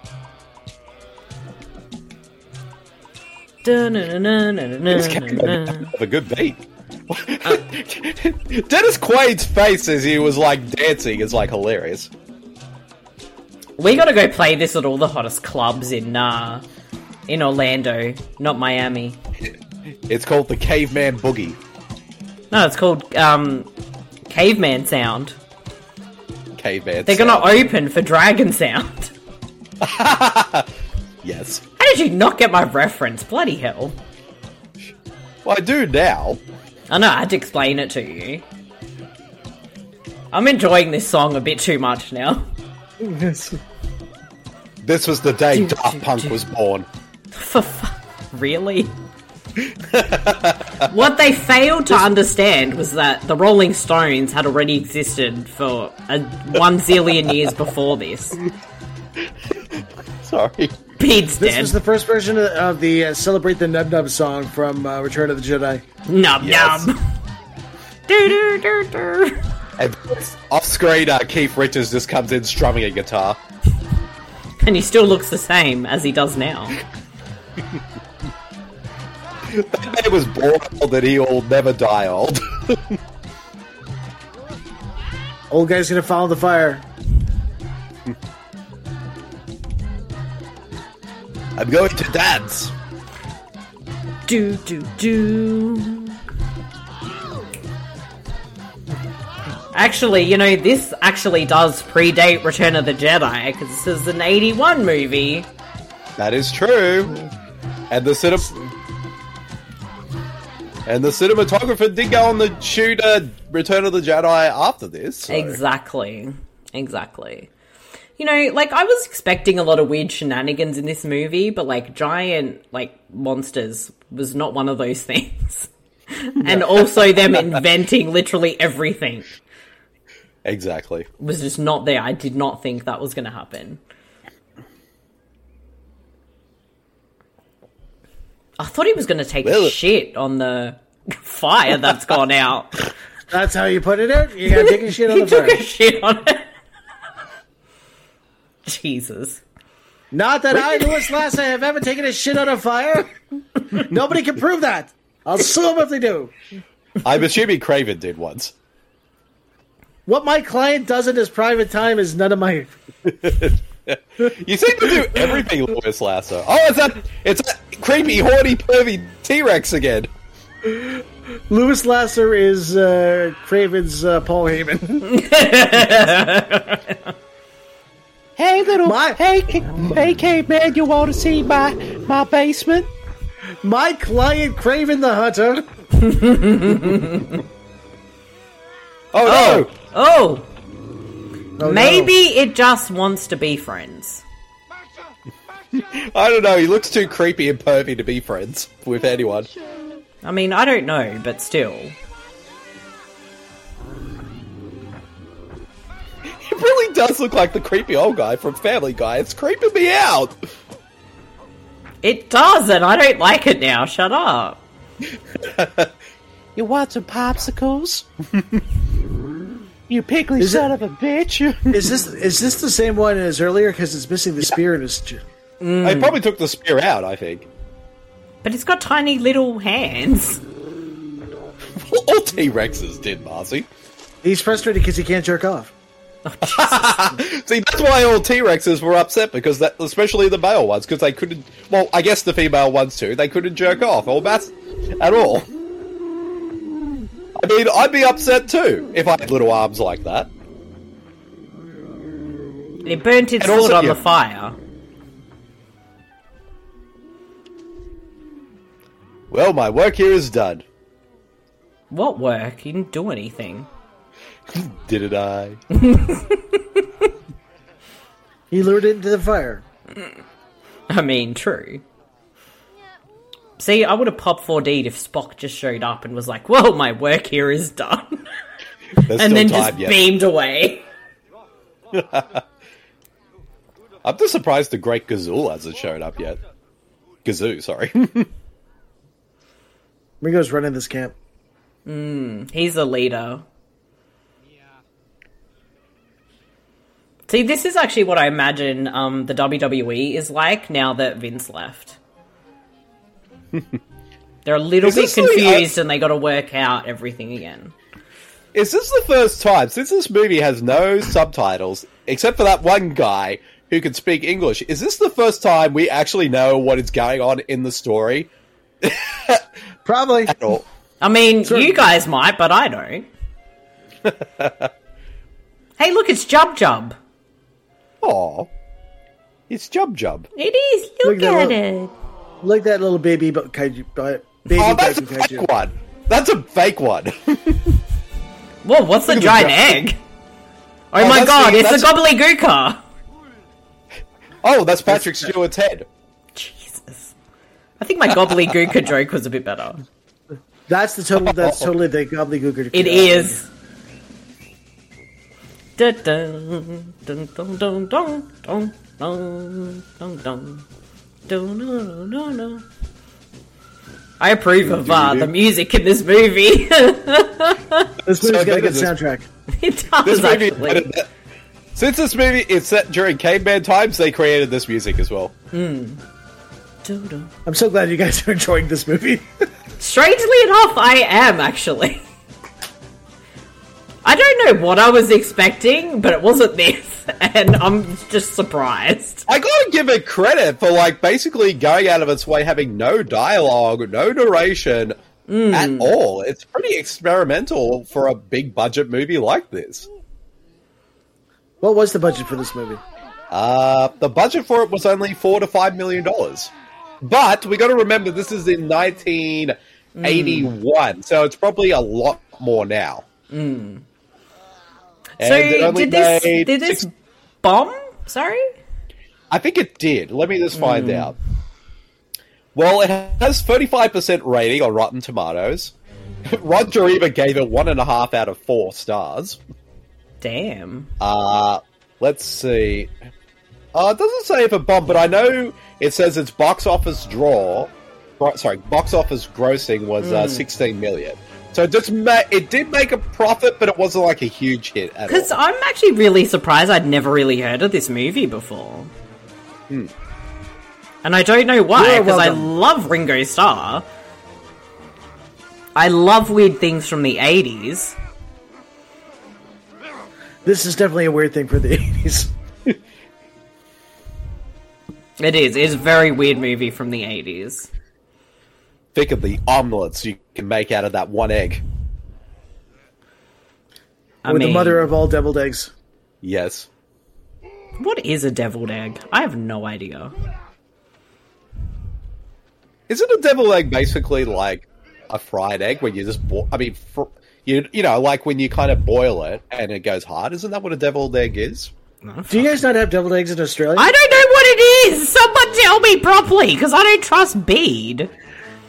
This came
Dun-dun-dun-dun-dun-dun.
of a good beat. Dennis Quaid's face as he was like dancing is like hilarious.
We gotta go play this at all the hottest clubs in uh, in Orlando, not Miami.
It's called the Caveman Boogie.
No, it's called um, Caveman Sound.
caveman.
They're gonna
sound.
open for Dragon Sound.
Yes.
How did you not get my reference? Bloody hell.
Well, I do now.
I know, I had to explain it to you. I'm enjoying this song a bit too much now.
This was the day
Dude,
Daft
dude,
Punk
dude.
was born.
For fu- really? what they failed to understand was that the Rolling Stones had already existed for a one zillion years before this.
Sorry.
Pete's
This
dead.
was the first version of- of the uh, "Celebrate the Nub Nub" song from uh, Return of the Jedi.
Nub
Yes.
nub. do do do do.
And off screen, uh, Keith Richards just comes in strumming a guitar.
And he still looks the same as he does now.
That man was born old and he'll never die old.
Old guy's gonna follow the fire.
I'm going to dance.
Do do do. Actually, you know, this actually does predate Return of the Jedi because this is an 81 movie.
That is true. And the cinema. And the cinematographer did go on the shoot uh, Return of the Jedi after this. so-
Exactly. Exactly. You know, like I was expecting a lot of weird shenanigans in this movie, but like giant like monsters was not one of those things. and also them inventing literally everything
Exactly.
was just not there. I did not think that was going to happen. I thought he was going to take
Well-
a shit on the fire that's gone out.
That's how you put it out. You gotta take a shit on
he
the
took
fire.
a shit on it. Jesus.
Not that I, Louis Last, I have ever taken a shit on a fire. Nobody can prove that. I'll sue them if they do.
I'm assuming Craven did once.
What my client does in his private time is none of my.
You seem to do everything, Louis Lasso. Oh, it's that it's that creepy, horny, pervy T Rex again.
Louis Lasser is uh, Craven's uh, Paul Heyman.
Hey, little.
My-
Hey, ca- hey, caveman, you want to see my, my basement?
My client, Craven the Hunter.
Oh, no!
Oh,
Oh, no.
maybe it just wants to be friends.
I don't know. He looks too creepy and pervy to be friends with anyone.
I mean, I don't know, but still.
He really does look like the creepy old guy from Family Guy. It's creeping me out.
It does, and I don't like it now. Shut up.
You want some popsicles? you pickly
Is it-
son of a bitch. You-
Is this is this the same one as earlier? Because it's missing the spear in his.
They probably took the spear out. I think
But it's got tiny little hands.
all T Rexes did, Marcy.
He's frustrated because he can't jerk off.
See, that's why all T Rexes were upset because that, especially the male ones, because they couldn't. Well, I guess the female ones too. They couldn't jerk off or mas- at all. I mean, I'd be upset too if I had little arms like that.
It burnt its
And also
foot on
you-
the fire.
Well, my work here is done.
What work? You didn't do anything.
Did it I?
He lured it into the fire.
I mean, true. See, I would have popped 4D if Spock just showed up and was like, well, my work here is done.
There's
and
still
then
time
just
yet.
beamed away.
I'm just surprised the Great Gazoo hasn't shown up yet. Gazoo, sorry.
Ringo's running this camp.
He's a leader. See, this is actually what I imagine um, the WWE is like now that Vince left. They're a little
Is
bit
this the, uh,
confused and they got to work out everything again.
Is this the first time since this movie has no subtitles except for that one guy who can speak English? Is this the first time we actually know what is going on in the story?
Probably.
Uh,
Or-
I mean, you guys might, but I don't. Hey, look, it's Jub Jub.
Oh, it's Jub Jub.
It is. Look,
Look at that
at
little-
it.
Like that little baby, but kaiju, but baby
Oh, that's a
kaiju
fake
kaiju.
one. That's a fake one.
Whoa, what's the
Look at
giant
that.
egg? Oh,
Oh,
my
that's
god,
the-
it's
that's-
a gobbledygooker.
oh, that's Patrick Stewart's head.
Jesus. I think my gobbledygooker joke was a bit better.
That's the total. That's
Oh.
totally the gobbledygooker.
It is. Dun, dun, dun, dun, dun, dun, dun, dun, dun, dun. Dun, dun, dun, dun. I approve of uh, the music in this movie.
This movie's
So
got a
good
good
is this-
soundtrack.
it does
This movie.
actually.
Since this movie is set during caveman times, they created this music as well.
Dun, dun.
I'm so glad you guys are enjoying this movie.
Strangely enough, I am actually. I don't know what I was expecting, but it wasn't this, and I'm just surprised.
I gotta give it credit for like basically going out of its way, having no dialogue, no narration
Mm.
at all. It's pretty experimental for a big budget movie like this.
what was the budget for this movie?
Uh, the budget for it was only four to five million dollars, but we got to remember this is in 1981,
Mm.
so it's probably a lot more now. And
so
it only
did this
made
did this
six-
bomb? Sorry,
I think it did. Let me just find out. Well, it has 35% rating on Rotten Tomatoes. Roger Ebert gave it one and a half out of four stars.
damn.
Oh.
Uh, let's see. Uh, it doesn't say if it bombed, but I know it says its box office draw. gro- Sorry, box office grossing was uh, 16 million. So it just ma- it did make a profit, but it wasn't like a huge hit at all.
Because I'm actually really surprised. I'd never really heard of this movie before,
Hmm.
and I don't know why.
You're
Because I
welcome.
love Ringo Starr. I love weird things from the '80s.
This is definitely a weird thing for the 80s.
It is. It's a very weird movie from the 80s.
Think of the omelets you can make out of that one egg.
I
With
mean,
the mother of all deviled eggs.
Yes.
what is a deviled egg? I have no idea.
Isn't a devil egg basically like a fried egg when you just bo- I mean, fr- you you know, like when you kind of boil it and it goes hard? Isn't that what a deviled egg is?
Do you guys not have deviled eggs in Australia?
I don't know what it is. Someone tell me properly, because I don't trust Bede.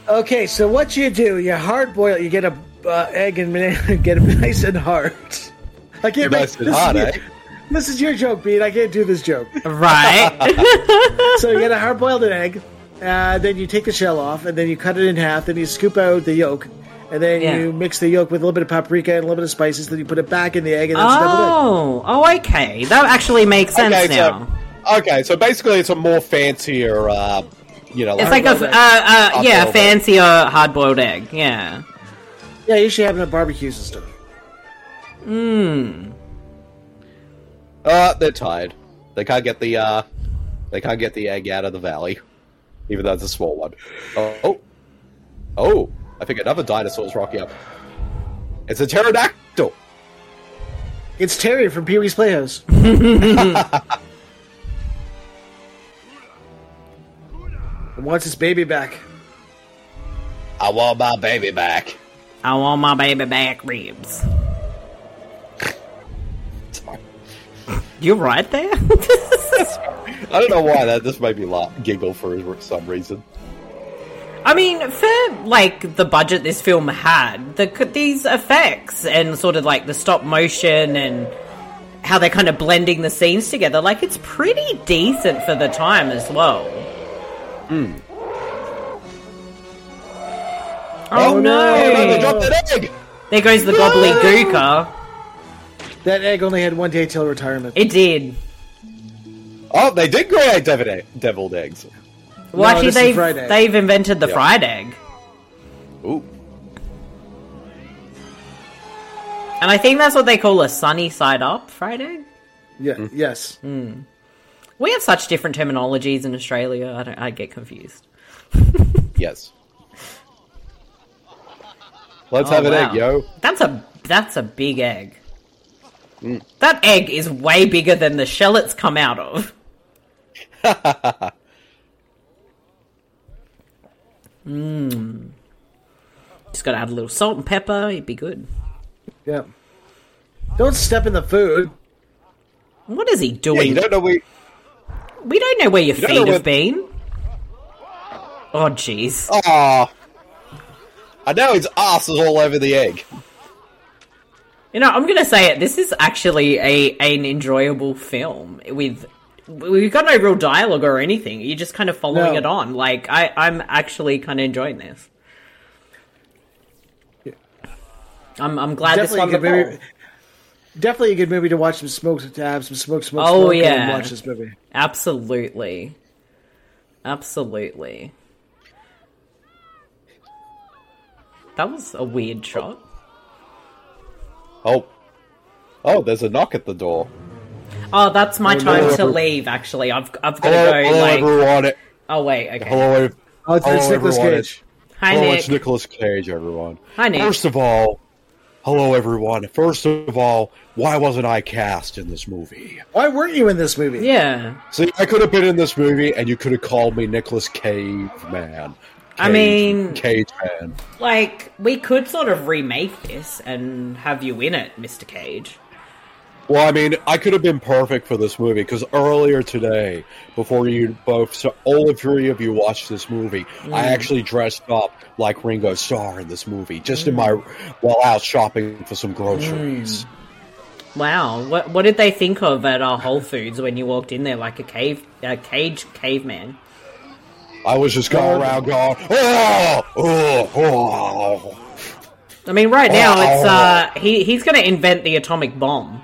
Okay, so what you do? You hard boil. You get a uh, egg and get it nice and hard. I can't
Nice
make
and hard,
Is
eh?
your, this is your joke, Pete. I can't do this joke.
Right?
so you get a hard boiled egg. Uh, then you take the shell off, and then you cut it in half. Then you scoop out the yolk, and then
Yeah.
you mix the yolk with a little bit of paprika and a little bit of spices. Then you put it back in the egg, and that's a deviled egg.
oh, oh, okay. That actually makes sense now.
eh? so okay, so basically it's a more fancier, uh, you know,
it's like a, f- uh, uh, yeah,
Hard-boiled egg.
fancier hard-boiled egg. Yeah.
Yeah, you should have it at barbecues and stuff.
uh, they're tired. They can't get the uh, they can't get the egg out of the valley, even though it's a small one. Oh, oh, oh I think another dinosaur's rocking up. It's a pterodactyl.
It's Terry from Pee Wee's Playhouse. and wants his baby back.
I want my baby back.
I want my baby back ribs. You're right there.
I don't know why that just made me laugh, giggle for some reason.
I mean, for like the budget this film had, the these effects and sort of like the stop motion and how they're kind of blending the scenes together, like it's pretty decent for the time as well.
Hmm.
Oh,
Oh,
no!
no.
Oh, they dropped that egg.
There goes the gobbledygooker.
That egg only had one day till retirement.
It did.
Oh, they did create devil egg, deviled eggs.
Well,
No,
actually,
this is
they've,
fried egg.
they've invented the
Yeah.
fried egg.
Ooh,
And I think that's what they call a sunny side up fried egg.
Yeah,
Mm.
yes.
We have such different terminologies in Australia. I, don't, I get confused.
yes. Let's
Oh,
have an
wow. Oh,
egg, yo.
That's a that's a big egg.
Mm.
That egg is way bigger than the shell it's come out of. Mmm. Hmm. Just gotta add a little salt and pepper, it'd be good.
Yeah. Don't step in the food.
What is he
Yeah,
doing?
you don't know where.
we don't know where your
don't
feet
know
have been.
where-
Oh, jeez.
Ah, I know his ass is all over the egg.
You know, I'm gonna say it. This is actually a an enjoyable film with we've got no real dialogue or anything. You're just kind of following
No.
it on. Like I, I'm actually kind of enjoying this. I'm I'm glad this
Definitely
one. oh.
a good
the
movie.
poll.
Definitely a good movie to watch some smoke to have some smoke smoke.
Oh,
smoke, and
yeah.
watch this movie.
Absolutely, absolutely. That was a weird shot.
Oh, oh, there's a knock at the door.
Oh, that's my time to
everyone.
leave. Actually, I've I've got
Hello,
to go.
hello
Like,
everyone.
oh wait, okay.
Hello,
Oh, it's, it's
hello
Nicolas
everyone.
Cage.
Hi,
Hello,
Nick.
it's Nicolas Cage, everyone.
Hi, Nick.
First of all, hello, everyone. First of all, why wasn't I cast in this movie?
Why weren't you in this movie?
Yeah.
See, I could have been in this movie, and you could have called me Nicholas Caveman.
I
Cage-
mean-
Cageman.
Like, we could sort of remake this and have you in it, Mr. Cage.
Well, I mean, I could have been perfect for this movie because earlier today, before you both, so all of three of you watched this movie, I
Mm.
actually dressed up like Ringo Starr in this movie, just in my while out shopping for some
Mm.
groceries.
Wow, what what did they think of at our Whole Foods when you walked in there like a cave a cage caveman?
I was just going around going, oh, oh, oh.
I mean, right now it's uh he he's going to invent the atomic bomb.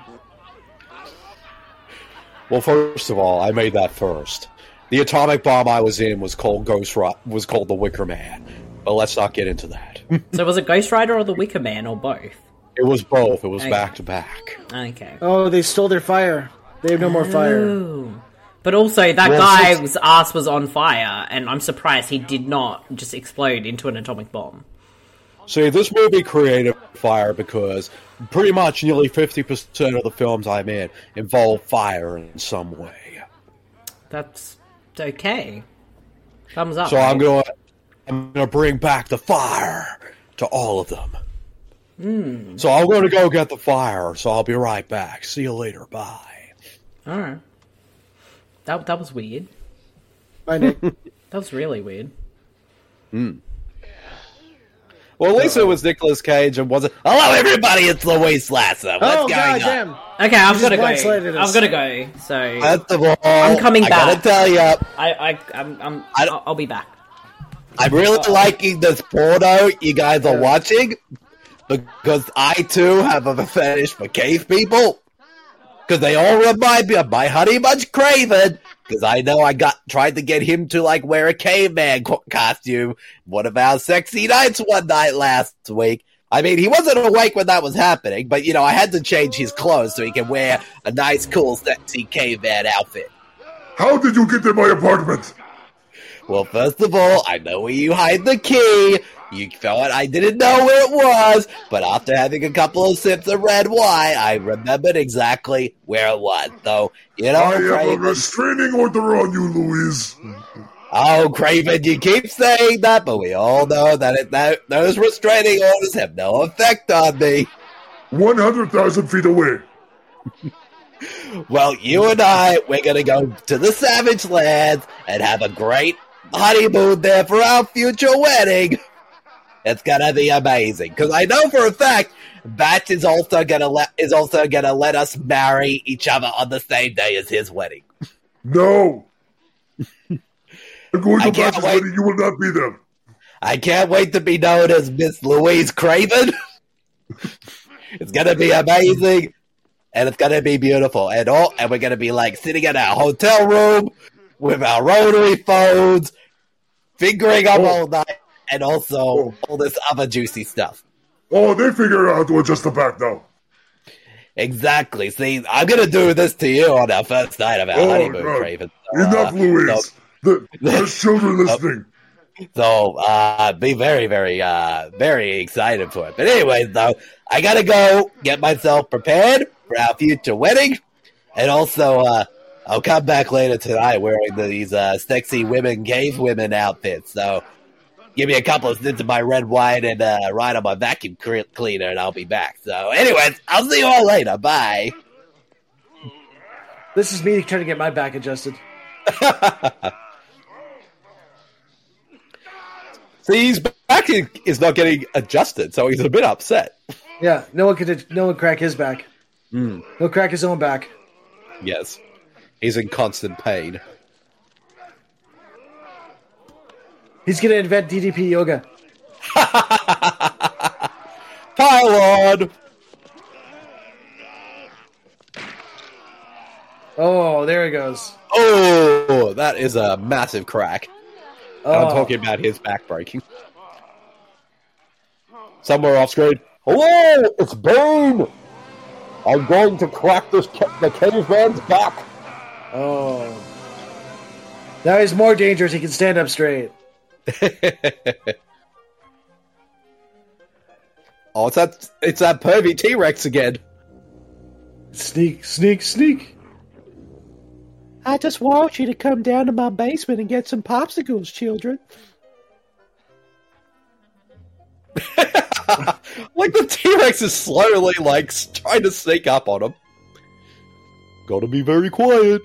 Well, first of all, I made that first. The atomic bomb I was in was called Ghost Rock, was called the Wicker Man, but let's not get into that.
So was it Ghost Rider or the Wicker Man or both?
it was both. It was
Okay.
back to back.
Okay.
Oh, they stole their fire. They have no more fire. Oh,
Ooh. But also that
Well, since-
guy's ass was on fire and I'm surprised he did not just explode into an atomic bomb.
See, this movie created fire because pretty much nearly 50% of the films I'm in involve fire in some way.
That's okay. Thumbs up.
So
right?
I'm going to I'm going to bring back the fire to all of them.
Hmm.
So I'm going to go get the fire, so I'll be right back. See you later. Bye.
All right. That that was weird.
Bye, Nick.
That was really weird.
Well, at least it was Nicolas Cage and wasn't. Hello, everybody! It's Luis Lasso. What's
oh
going
god
on?
damn.
Okay, I've got to go.
blindsided us.
I've got to go. So I,
First of all,
I'm coming
I gotta
back.
tell you,
I I'm, I'm
I
I'll,
don't-
I'll be back.
I'm really liking this porno you guys are watching because I too have a fetish for cave people because they all remind me of my honey bunch Craven because I know I got tried to get him to like wear a caveman co- costume one of our sexy nights one night last week. I mean, he wasn't awake when that was happening, but you know, I had to change his clothes so he could wear a nice, cool, sexy caveman outfit.
How did you get in my apartment?
Well, first of all, I know where you hide the key. You thought I didn't know where it was, but after having a couple of sips of red wine, I remembered exactly where it was. So, you know,
I have a
Craven,
restraining order on you, Louise.
oh, Craven, you keep saying that, but we all know that, it, that those restraining orders have no effect on me.
100,000 feet away.
Well, you and I, we're going to go to the Savage Lands and have a great honeymoon there for our future wedding. It's going to be amazing because I know for a fact Batch is also going to let is also going to let us marry each other on the same day as his wedding.
No. I'm going
I
to
can't
Batch's
wait.
wedding. You will not be there.
I can't wait to be known as Miss Louise Craven. it's gonna be amazing, and it's gonna be beautiful, and all, and we're gonna be like sitting in our hotel room with our rotary phones, fingering up
Oh.
all night, and also all this other juicy stuff.
Oh, they figure out how to adjust the back now.
Exactly. See, I'm gonna do this to you on our first night of our
Oh,
honeymoon,
God.
Craven. So,
Enough,
uh,
Louise. The, there's children listening.
So uh be very, very uh very excited for it. But anyways though, I gotta go get myself prepared for our future wedding. And also, uh, I'll come back later tonight wearing these uh, sexy women, cave women outfits. So give me a couple of snips of my red wine and uh, ride on my vacuum cre- cleaner, and I'll be back. So, anyways, I'll see you all later. Bye.
This is me trying to get my back adjusted.
See, his back i- is not getting adjusted, so he's a bit upset.
Yeah, no one could. No one crack his back. He'll crack his own back.
Yes, he's in constant pain.
He's gonna invent DDP yoga.
Pylon.
Oh, there he goes.
Oh, that is a massive crack. And I'm
Oh.
talking about his back breaking. Somewhere off screen. Hello, it's Bane. I'm going to crack this ca- the caveman's back.
Oh. Now he's more dangerous. He can stand up straight.
Oh, it's that it's that pervy T Rex again.
Sneak, sneak, sneak.
I just want you to come down to my basement and get some popsicles, children.
Like the T Rex is slowly like s- trying to sneak up on him. Gotta be very quiet.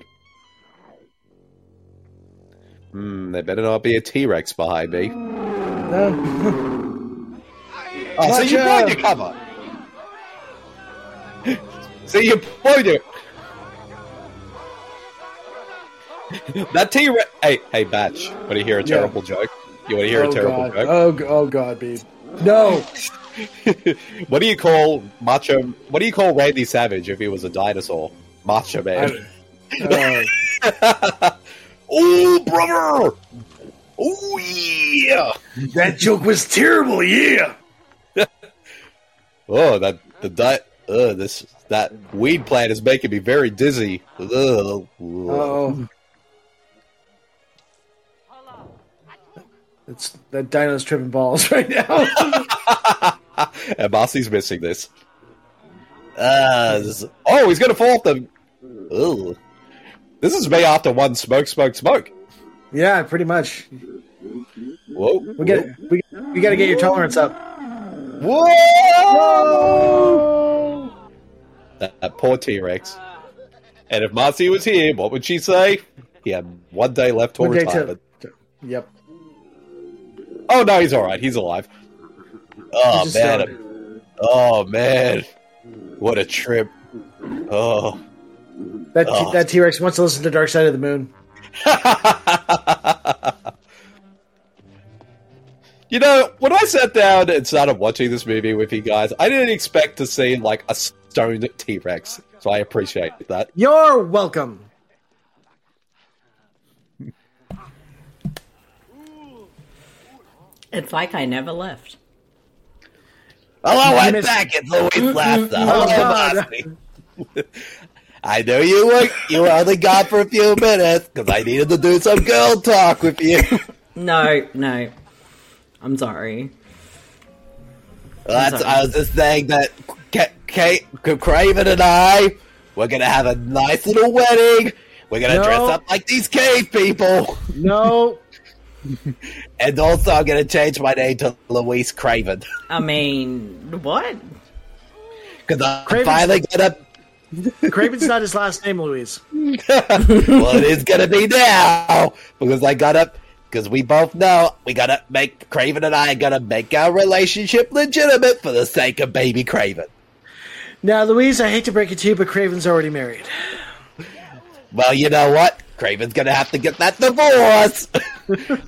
Hmm, there better not be a T Rex behind me.
No.
Oh, so you
Gotcha.
blowed your cover. so you blowed your. that T Rex. Hey, hey, Batch. Want to hear a
Yeah.
terrible joke? You want to hear
oh,
a terrible
God.
joke?
Oh, g- oh, God, babe. No.
what do you call macho? What do you call Randy Savage if he was a dinosaur? Macho man.
Uh,
Oh, brother! Oh yeah!
that joke was terrible. Yeah.
Oh, that the di- uh, this that weed plant is making me very dizzy. Uh, Ugh.
Oh. It's that dino's tripping balls right now.
and Marcy's missing this. Uh, this- oh, he's gonna fall off the. Ugh. This is me after one smoke, smoke, smoke.
yeah, pretty much.
Whoa!
We get we, we got to get your tolerance up.
Whoa! That, that poor T Rex. And if Marcy was here, what would she say? He had one day left to
One day
retire.
to, to- yep.
Oh no, he's all right. He's alive. Oh
He's just
man.
started.
Oh man. What a trip. Oh.
That
Oh.
that T Rex wants to listen to Dark Side of the Moon.
you know, when I sat down and started watching this movie with you guys, I didn't expect to see like a stoned T Rex. So I appreciate that.
You're welcome.
It's like I never left.
Hello, I'm
missed-
back. It's Louis Laughter. Hello,
Oh, God.
Marcy. I know you were you were only gone for a few minutes because I needed to do some girl talk with you.
No, no. I'm sorry.
That's, I was just saying that Kate, Kate Craven and I we're gonna have a nice little wedding. We're gonna
No.
dress up like these cave people,
No,
and also I'm gonna change my name to Louise Craven
I mean, what?
because I'm
Craven's-
finally gonna.
Craven's not his last name, Louise.
well, it is gonna be now because I got up because we both know we gotta make Craven and I gotta make our relationship legitimate for the sake of baby Craven.
Now, Louise, I hate to break it to you, but Craven's already married.
Well, you know what? Craven's gonna have to get that divorce.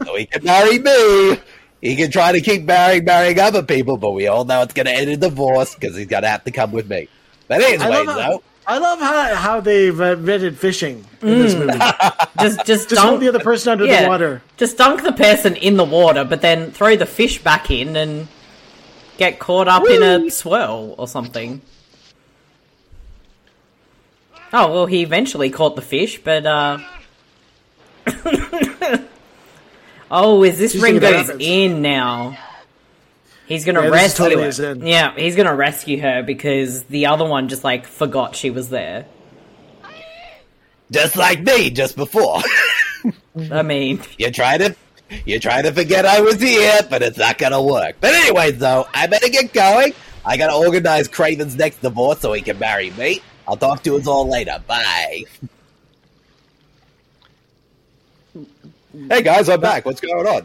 so he can marry me. He can try to keep marrying, marrying other people, but we all know it's gonna end in divorce because he's gonna have to come with me. But
I
anyway,
love how,
though,
I love how, how they've invented fishing in this movie.
Just, just,
Just
dunk
hold the other person under
yeah,
the water.
Just dunk the person in the water, but then throw the fish back in and get caught up in a swirl or something. Oh well, he eventually caught the fish, but uh. oh, is this
Usually that
oh, Ringo's
happens.
in now? He's gonna
Yeah, this is
rescue
totally his
her.
end.
Yeah, he's gonna rescue her because the other one just like forgot she was there.
Just like me, just before.
I mean,
you try to you try to forget I was here, but it's not gonna work. But anyways, though, I better get going. I gotta organize Craven's next divorce so he can marry me. I'll talk to us all later. Bye. Hey guys, I'm back. What's going on?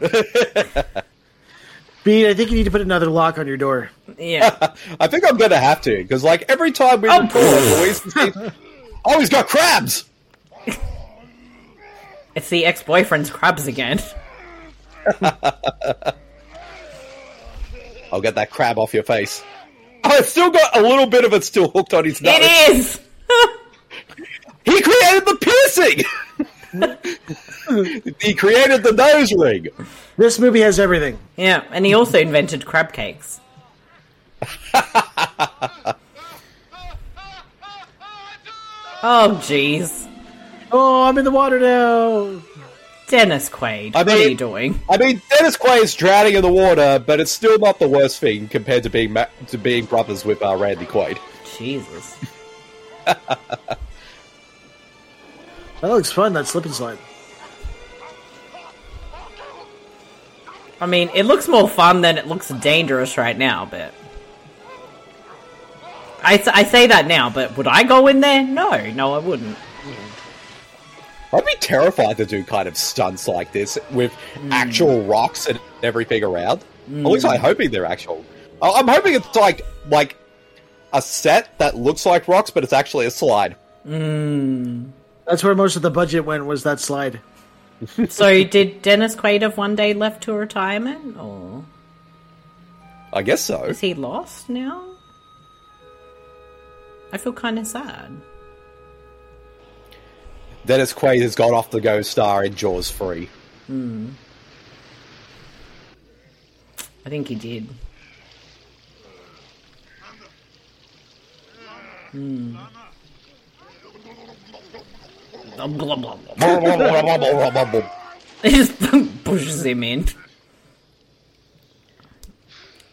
Bean, I think you need to put another lock on your door.
yeah.
I think I'm gonna have to because like every time we
Oh.
record, always oh, he's got crabs.
it's the ex boyfriend's crabs again.
I'll get that crab off your face. Oh, it's still got a little bit of it still hooked on his nose.
It is!
He created the piercing. he created the nose ring.
This movie has everything.
yeah, and he also invented crab cakes. oh, jeez.
Oh, I'm in the water now.
Dennis Quaid,
I
what are
mean-
you doing?
I mean, Dennis Quaid's drowning in the water, but it's still not the worst thing compared to being ma- to being brothers with uh, Randy Quaid.
Jesus.
That looks fun. That slip and slide.
I mean, it looks more fun than it looks dangerous right now, but. I, s- I say that now, but would I go in there? No, no, I wouldn't.
I'd be terrified to do kind of stunts like this with
Hmm.
actual rocks and everything around. At least I'm hoping they're actual. I- I'm hoping it's like like a set that looks like rocks, but it's actually a slide.
That's where most of the budget went was that slide.
So, did Dennis Quaid have one day left to retirement? Or
I guess so.
is he lost now? I feel kind of sad.
Dennis Quaid has gone off the go star in Jaws 3.
I think he did. Hmm. Blah, blah, blah. He just pushes him in.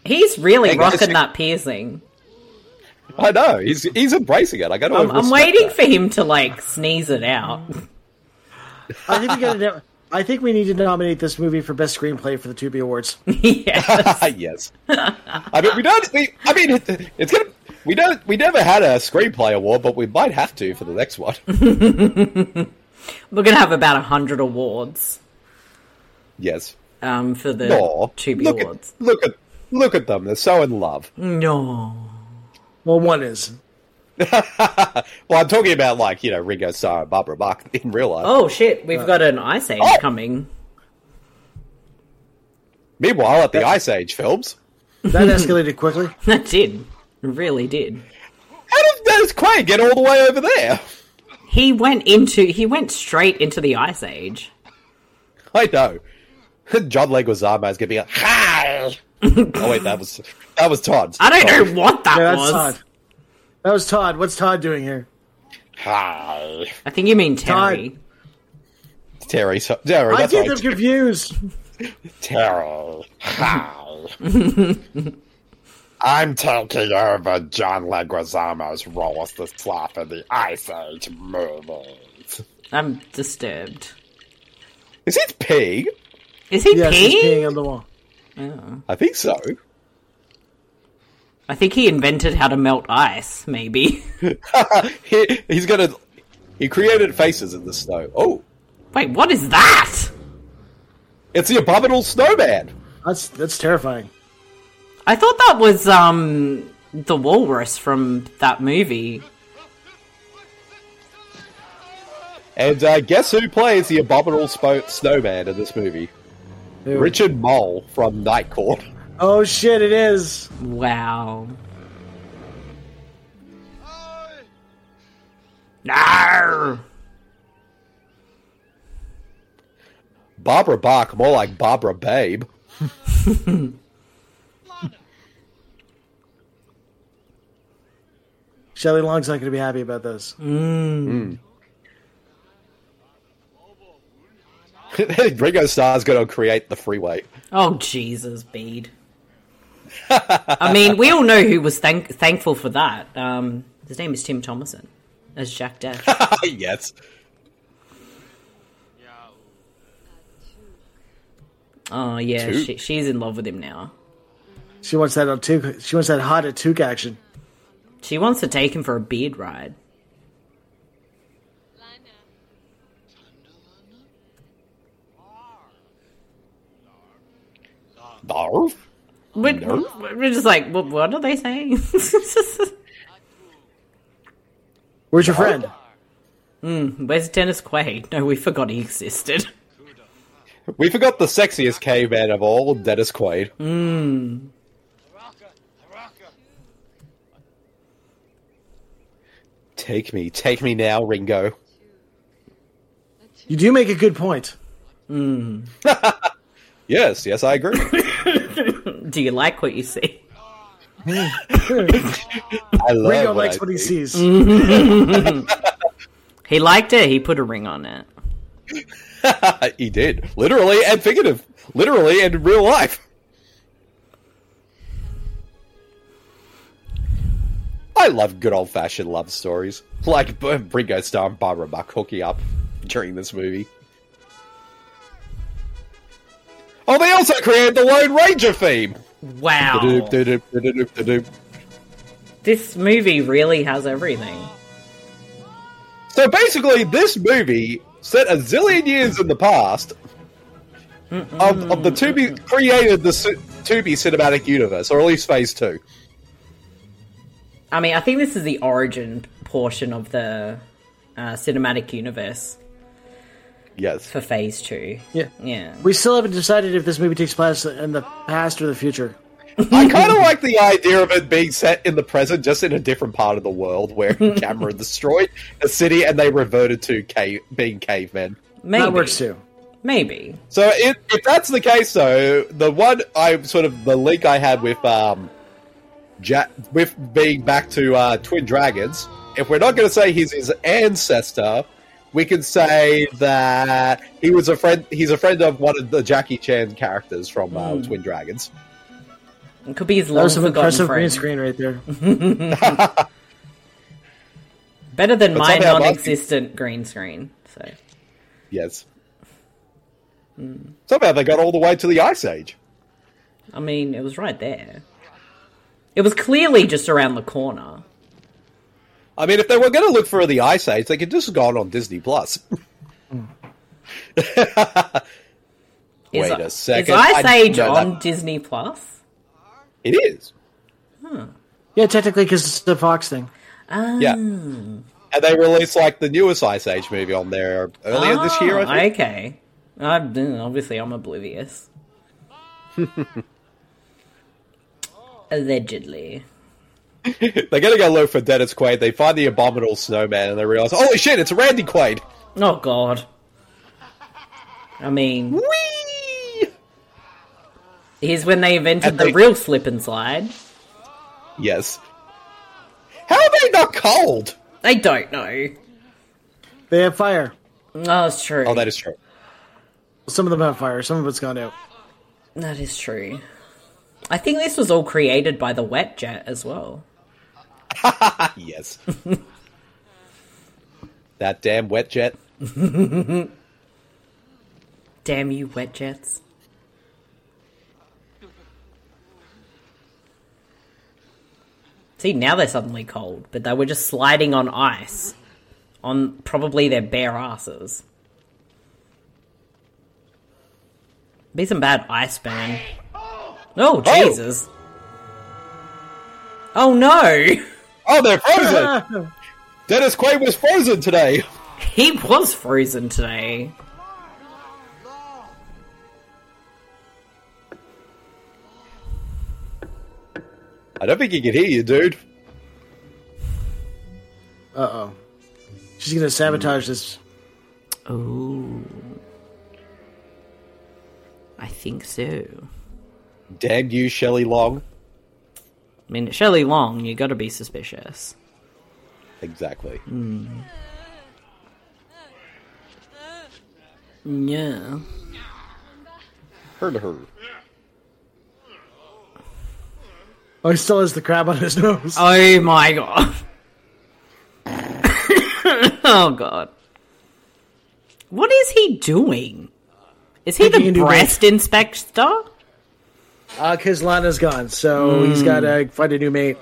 He's really
Hey, guys,
rocking
you-
that piercing.
I know, he's he's embracing it. I gotta
I'm, I'm
respect
waiting
that.
for him to like sneeze it out.
I think we got to. I think we need to nominate this movie for best screenplay for the Tubi Awards.
yeah.
yes. I mean we don't we, I mean it, it's gonna we don't we never had a screenplay award, but we might have to for the next one.
We're gonna have about a hundred awards
yes.
um for the
Aw,
Tubi
look
awards.
At, look at look at them. They're so in love.
No.
Well, one is.
Well, I'm talking about like you know Ringo Starr and Barbara Bach in real life.
Oh shit, we've got an ice age
Oh!
coming.
Meanwhile, at the Ice Age films,
That escalated quickly.
That did. Really did.
how did Dennis Quaid get all the way over there?
He went into he went straight into the ice age.
I know. John Leguizamo is gonna be like, "Hi." oh wait, that was that was Todd's.
I don't know what that
Oh. Yeah, that's
was.
Todd. That was Todd. What's Todd doing here?
Hi.
I think you mean Terry.
Terry. So, Terry.
I
That's
get them
right.
confused.
Terry. Hi. I'm taking over John Leguizamo's role as the sloth in the Ice Age movies.
I'm disturbed.
Is it pig?
Is he
Yes, he's
peeing?
peeing on the wall.
I think so.
I think he invented how to melt ice, maybe.
He, he's gonna. He created faces in the snow. Oh,
Wait, what is that?
it's the abominable snowman.
That's that's terrifying.
I thought that was um the walrus from that movie.
And uh, guess who plays the abominable spo- snowman in this movie?
Dude.
Richard Mole from Night Court.
Oh shit! It is.
Wow. No.
Barbara Bach, more like Barbara Babe.
Shelley Long's not going to be happy about this.
Ringo Starr's gonna create the freeway.
Oh Jesus, Bede. I mean, we all know who was thank- thankful for that. Um, his name is Tim Thomason as Jack Dash.
yes.
Oh yeah,
Two.
she, she's in love with him now.
She wants that on Took. She wants that hot at Took action.
She wants to take him for a beard ride.
Barf.
We're, we're just like, what, what are they saying?
Where's your friend?
Where's Dennis Quaid? No, we forgot he existed.
We forgot the sexiest caveman of all, Dennis Quaid.
Hmm.
Take me, take me now, Ringo.
You do make a good point.
Yes, yes, I agree.
Do you like what you see?
I love
Ringo
what
likes
I
what he
see.
sees.
Mm-hmm. He liked it. He put a ring on it.
Uh, he did, literally and figurative, literally and in real life. I love good old fashioned love stories, like B- Ringo Starr and Barbara Buck hooking up during this movie. Oh, they also created the Lone Ranger theme.
Wow.
Doop, doop, doop, doop, doop.
This movie really has everything.
So basically, this movie set a zillion years in the past of, of the Tubi created the ci- Tubi cinematic universe, or at least Phase Two.
I mean, I think this is the origin portion of the uh, cinematic universe
Yes,
for Phase Two.
Yeah.
Yeah.
We still haven't decided if this movie takes place in the past or the future.
I kind of like the idea of it being set in the present, just in a different part of the world where Cameron destroyed a city and they reverted to cave, being cavemen.
Maybe.
That works too.
Maybe.
So if, if that's the case, though, the one I sort of the link I had with um, Jack with being back to uh, Twin Dragons. If we're not going to say he's his ancestor, we can say that he was a friend. He's a friend of one of the Jackie Chan characters from uh, Twin Dragons.
It could be his
That
long
was some
forgotten
impressive green
friend.
screen right there.
Better than my
somehow Mark-
non-existent green screen. So
Yes. Somehow they got all the way to the Ice Age.
I mean, it was right there. It was clearly just around the corner.
I mean, if they were going to look for the Ice Age, they could just have gone on Disney Plus. Wait a second,
Is Ice
I
Age
know that-
on Disney Plus?
It is.
Yeah, technically, because it's the Fox thing.
Yeah. And
Hmm.
they released like the newest Ice Age movie on there earlier this year, I
Ah,
think.
okay. I, mm, obviously, I'm oblivious. Allegedly.
They're gonna go look for Dennis Quaid, they find the abominable snowman and they realise, Holy shit, it's Randy Quaid.
Oh God. I mean,
Whee!
here's when they invented
And
the
they-
real slip and slide.
Yes. How are they not cold?
They don't know.
They have fire.
Oh, it's true.
Oh that is true.
Some of them have fire. Some of it's gone out.
That is true. I think this was all created by the wet jet as well.
Ah, yes. that damn wet jet.
Damn you, wet jets. See, now they're suddenly cold, but they were just sliding on ice. On probably their bare asses. Be some bad ice man. Oh, Jesus. Oh, no!
Oh they're frozen! Dennis Quaid was frozen today.
He was frozen today.
I don't think he can hear you, dude.
Uh oh. She's gonna sabotage this.
Oh. I think so.
Damn you, Shelley Long.
I mean, Shelley Long, you gotta be suspicious.
Exactly.
Yeah.
Heard her.
Oh, he still has the crab on his nose.
Oh my god. oh god. What is he doing? Is he
Thinking
the
into
breast inspector?
Uh, cause Lana's gone, so
Mm.
he's got to find a new mate.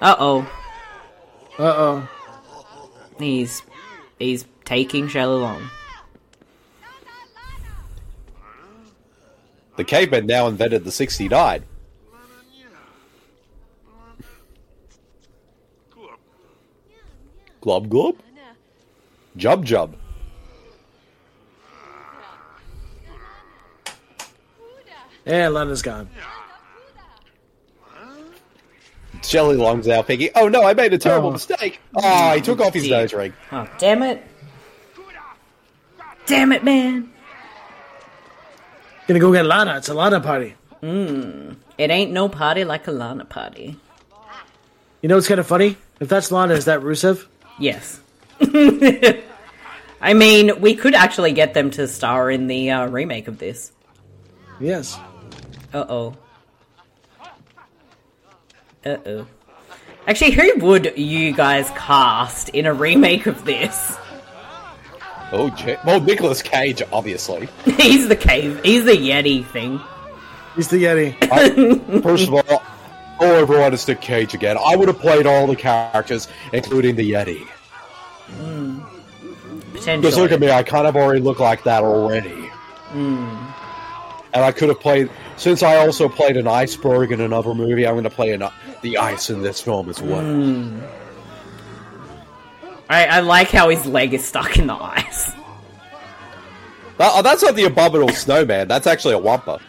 Uh oh.
Uh oh.
He's he's taking Shell along.
The caveman now invented the 69. Glob glob. Jub jub.
And Eh, Lana's gone.
Shelley Long's now thinking, oh no, I made a terrible
Oh.
mistake. Oh, he took off his
Dear.
nose ring.
Oh damn it. Damn it, man.
Gonna go get Lana. It's a Lana party.
It ain't no party like a Lana party.
You know what's kind of funny? If that's Lana, is that Rusev?
Yes. I mean, we could actually get them to star in the uh, remake of this.
Yes.
Uh oh. Uh oh. Actually, who would you guys cast in a remake of this?
Oh, Je- well, Nicolas Cage, obviously.
he's the cave. He's the Yeti thing.
He's the Yeti.
First of all, all everyone is Nick Cage again. I would have played all the characters, including the Yeti. Because look
Potentially.
at me, I kind of already look like that already.
Hmm.
And I could have played, since I also played an iceberg in another movie, I'm going to play an, the ice in this film as well.
Hmm. I, I like how his leg is stuck in the ice.
That- oh, that's not the abominable snowman, that's actually a wampa.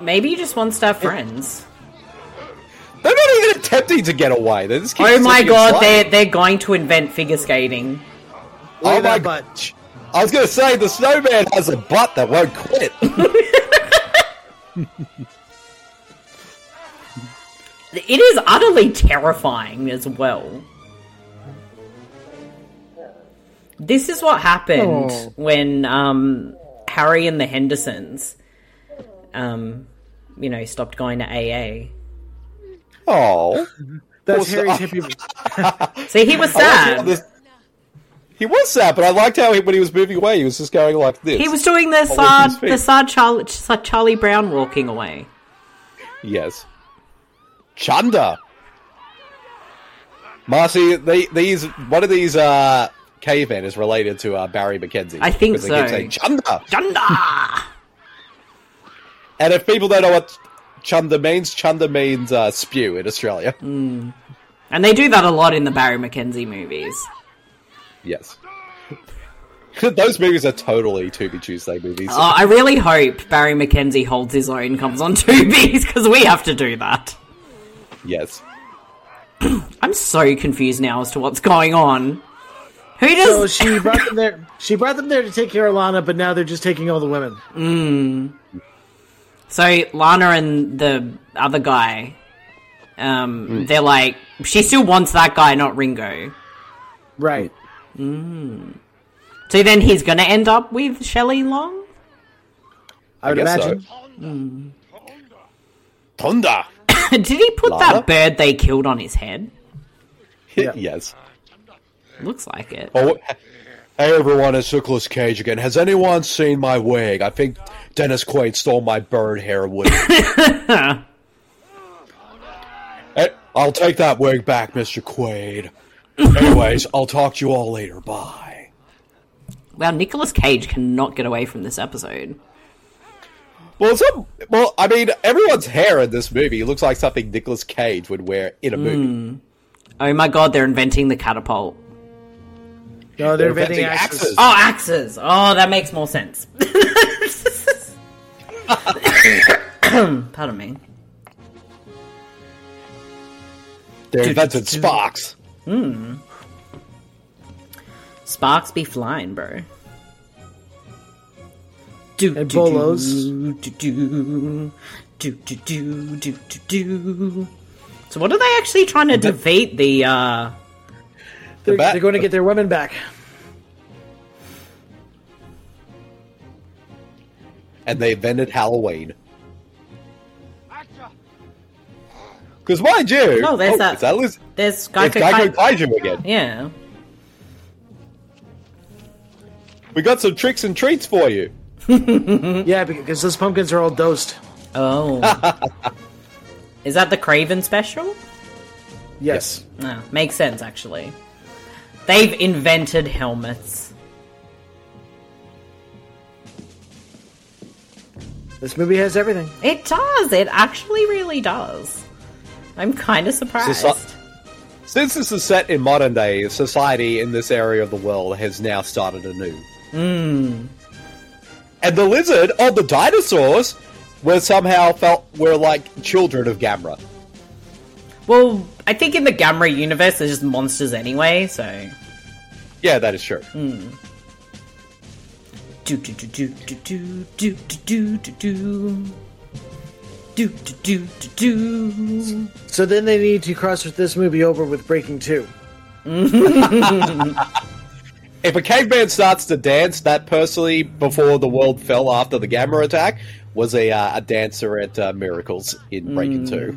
Maybe he just wants to have friends.
They're not even attempting to get away. They just keep
Oh my
sticking
god,
slide.
they're they're going to invent figure skating.
Look
Oh
at
my
that
god.
butt.
I was going to say, the snowman has a butt that won't quit.
It is utterly terrifying as well. This is what happened
Oh.
when um, Harry and the Hendersons, um, you know, stopped going to AA.
Oh.
That's
Also-
Harry's hippie.
See, he was sad.
He was sad, but I liked how he, when he was moving away, he was just going like this.
He was doing the
I wasn't
sad, the
his
sad Charlie, sad Charlie Brown walking away.
Yes. Chanda. Marcy, they, these one of these uh, cavemen is related to uh, Barry McKenzie.
I think
Because they keep
so.
saying Chanda,
Chanda.
and if people don't know what Chanda means, Chanda means uh, spew in Australia.
Mm. and they do that a lot in the Barry McKenzie movies.
Yes. Those movies are totally To Be Tuesday movies.
Oh, I really hope Barry McKenzie holds his own, comes on two B's, because we have to do that.
Yes.
I'm so confused now as to what's going on. Who
So
does?
she brought them there. She brought them there to take care of Lana, but now they're just taking all the women.
So Lana and the other guy, um, they're like, she still wants that guy, not Ringo.
Right.
So then he's gonna end up with Shelley Long.
I would
guess so.
imagine.
Mm.
Tonda.
Did he put
Lana?
that bird they killed on his head?
Yeah.
yes.
Looks like it.
Oh, hey everyone, it's Nicolas Cage again. Has anyone seen my wig? I think Dennis Quaid stole my bird hair wig. Eh, I'll take that wig back, Mr. Quaid. Anyways, I'll talk to you all later. Bye.
Wow, Nicolas Cage cannot get away from this episode.
Well, some, well, I mean, everyone's hair in this movie looks like something Nicolas Cage would wear in a
Mm.
movie.
Oh my god, they're inventing the catapult.
No, they're
Inventing
inventing axes.
axes.
Oh, axes. Oh, that makes more sense. Pardon me.
They invented Sparks.
Sparks be flying, bro. Do,
And
do,
bolos.
Do, do, do, do, do, do, do, do, do. So what are they actually trying to defeat the uh
They're,
back-
they're going to get their women back.
and they invented Halloween. Because mind you,
No, there's
oh,
that-
Is that Liz-
there's
it's
Geico,
Geico
Kai-
Kaiju again.
Yeah.
We got some tricks and treats for you.
Yeah, because those pumpkins are all dosed.
Oh. Is that the Craven special?
Yes.
No, makes sense actually. They've invented helmets.
This movie has everything.
It does. It actually really does. I'm kind of surprised.
Soci- Since this is set in modern day, society in this area of the world has now started anew.
Hmm.
And the lizard or the dinosaurs were somehow felt were like children of Gamera.
well, I think in the Gamera universe, there's just monsters anyway. So,
Yeah, that is true.
do do do do do do do do do do do do do do do.
So then they need to cross this movie over with Breaking Two.
If a caveman starts to dance, that personally, before the world fell after the Gamera attack, was a, uh, a dancer at uh, Miracles in Breaking 2.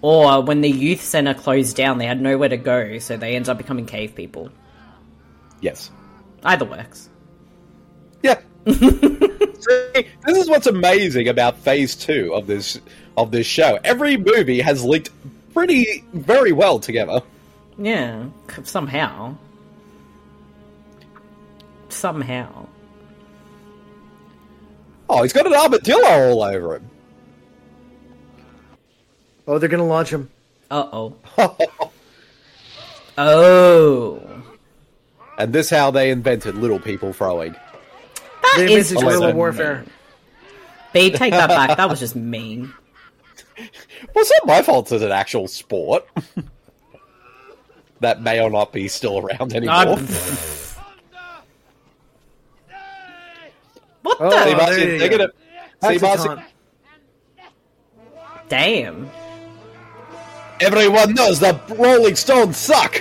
Or uh, when the youth center closed down, they had nowhere to go, so they ended up becoming cave people.
Yes.
Either works.
Yeah. See, this is what's amazing about Phase Two of this of this show. Every movie has linked pretty very well together.
Yeah, c- somehow. Somehow.
Oh, he's got an armadillo all over him.
Oh, they're going to launch him.
Uh oh. oh.
And this how they invented little people throwing.
That
They
is
invented guerrilla
awesome.
warfare.
Babe, take that back. That was just mean.
Well, it's not my fault it's an actual sport. that may or not be still around anymore.
God. what the?
Oh,
See, Marcy,
there you
they're
go.
gonna- see,
That's a
Marcy,
taunt.
Damn.
everyone knows the Rolling Stones suck.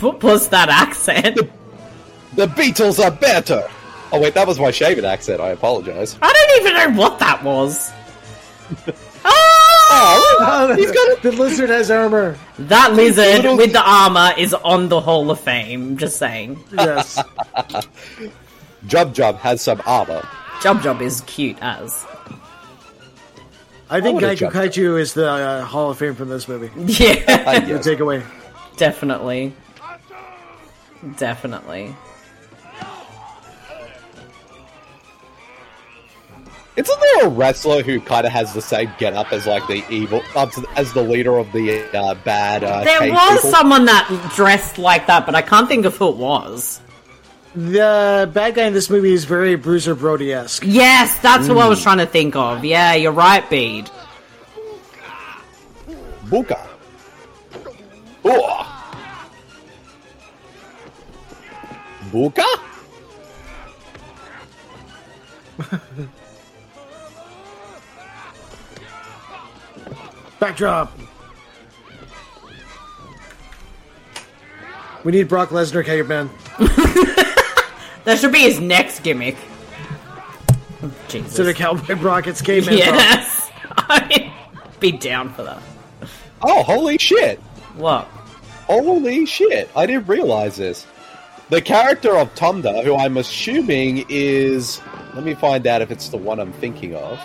What was that accent?
The Beatles are better. Oh wait, that was my shaven accent. I apologize.
I don't even know what that was. Oh!
Oh, he's got a
the lizard has armor.
That lizard
little-
with the armor is on the Hall of Fame. Just saying.
Yes.
Jub Jub has some armor.
Job Job is cute as.
I think
would've
Geico
jumped.
Kaiju is the uh, Hall of Fame from this movie.
Yeah.
I
The
guess.
takeaway.
Definitely. Definitely.
Isn't there a wrestler who kind of has the same getup as like the evil, uh, as the leader of the uh, bad? Uh,
There
cave
was
people?
someone that dressed like that, but I can't think of who it was.
The bad guy in this movie is very Bruiser Brody esque.
Yes, that's who I
Hmm.
was trying to think of. Yeah, you're right, Bede.
Buka. Oh. Buka.
Backdrop. We need Brock Lesnar, Caveman.
That should be his next gimmick. Oh, Jesus.
Instead of Cowboy Brock, it's Caveman. Brock.
yes. I'd be down for that.
Oh, holy shit!
What?
Holy shit! I didn't realize this. The character of Tonda, who I'm assuming is, let me find out if it's the one I'm thinking of.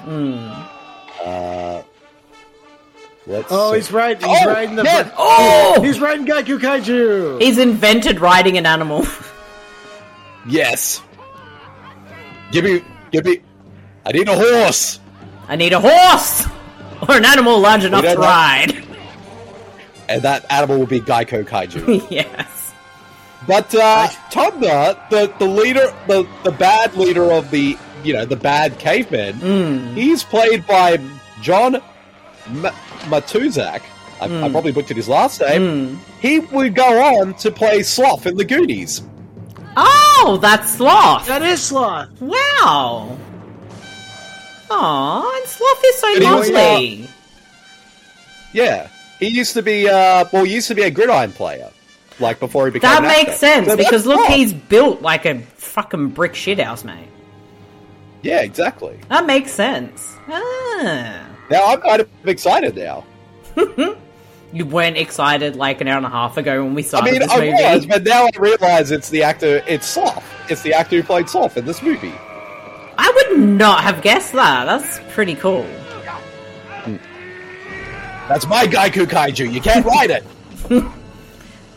Uh, let's.
Oh,
see.
he's right. He's
Oh,
riding the.
yes!
Oh!
He's riding Geico Kaiju.
He's invented riding an animal.
Yes. Give me, give me. I need a horse.
I need a horse! Or an animal large enough to
don't know.
ride.
And that animal will be Geico Kaiju.
yes.
but uh, Tonga, the the leader, the the bad leader of the you know the bad cavemen,
Hmm.
he's played by John M- Matuzak. I,
Hmm.
I probably butchered his last name. He would go on to play Sloth in the Goonies.
Oh! Oh, that's Sloth.
That is Sloth.
Wow. Aw, and Sloth is so
Anyway,
lovely.
Yeah, he used to be. Uh, well, he used to be a gridiron player, like before he became.
That
an
makes
actor.
sense
So that's
because look,
Sloth.
he's built like a fucking brick shithouse, mate.
Yeah, exactly.
That makes sense. Ah.
Now I'm kind of excited now.
You weren't excited like an hour and a half ago when we
I
started
mean,
this
I
movie.
was, but now I realize it's the actor. It's Sloth. It's the actor who played Sloth in this movie.
I would not have guessed that. That's pretty cool.
That's my Gaiku Kaiju. You can't write it.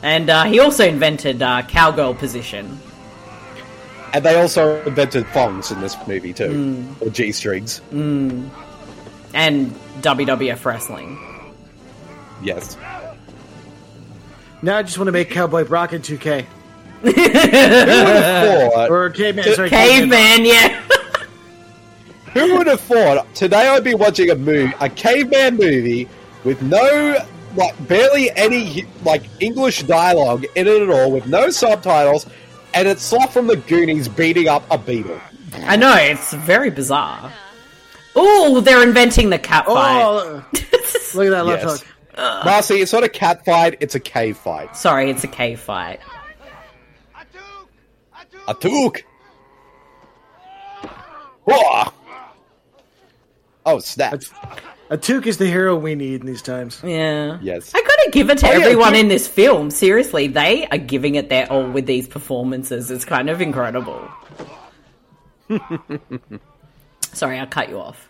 And uh, he also invented uh, cowgirl position.
And they also invented thongs in this movie too, or G strings.
and WWF wrestling.
Yes.
Now I just want to make Cowboy Brock in 2K.
Who would have thought?
Or Caveman, sorry.
Caveman, yeah.
Who would have thought today I'd be watching a movie, a caveman movie with no, like, barely any like English dialogue in it at all, with no subtitles, and it's Sloth from the Goonies beating up a beetle.
I know it's very bizarre. Ooh, they're inventing the cat fight.
Oh, look at that left
Yes.
hook.
Marcy, it's not a cat fight; it's a cave fight.
Sorry, it's a cave fight.
A took. Whoa. Oh snap!
Atuk is the hero we need in these times.
Yeah.
Yes.
I gotta give it to
Oh, yeah,
everyone
give-
in this film. Seriously, they are giving it their all with these performances. It's kind of incredible. Sorry, I cut you off.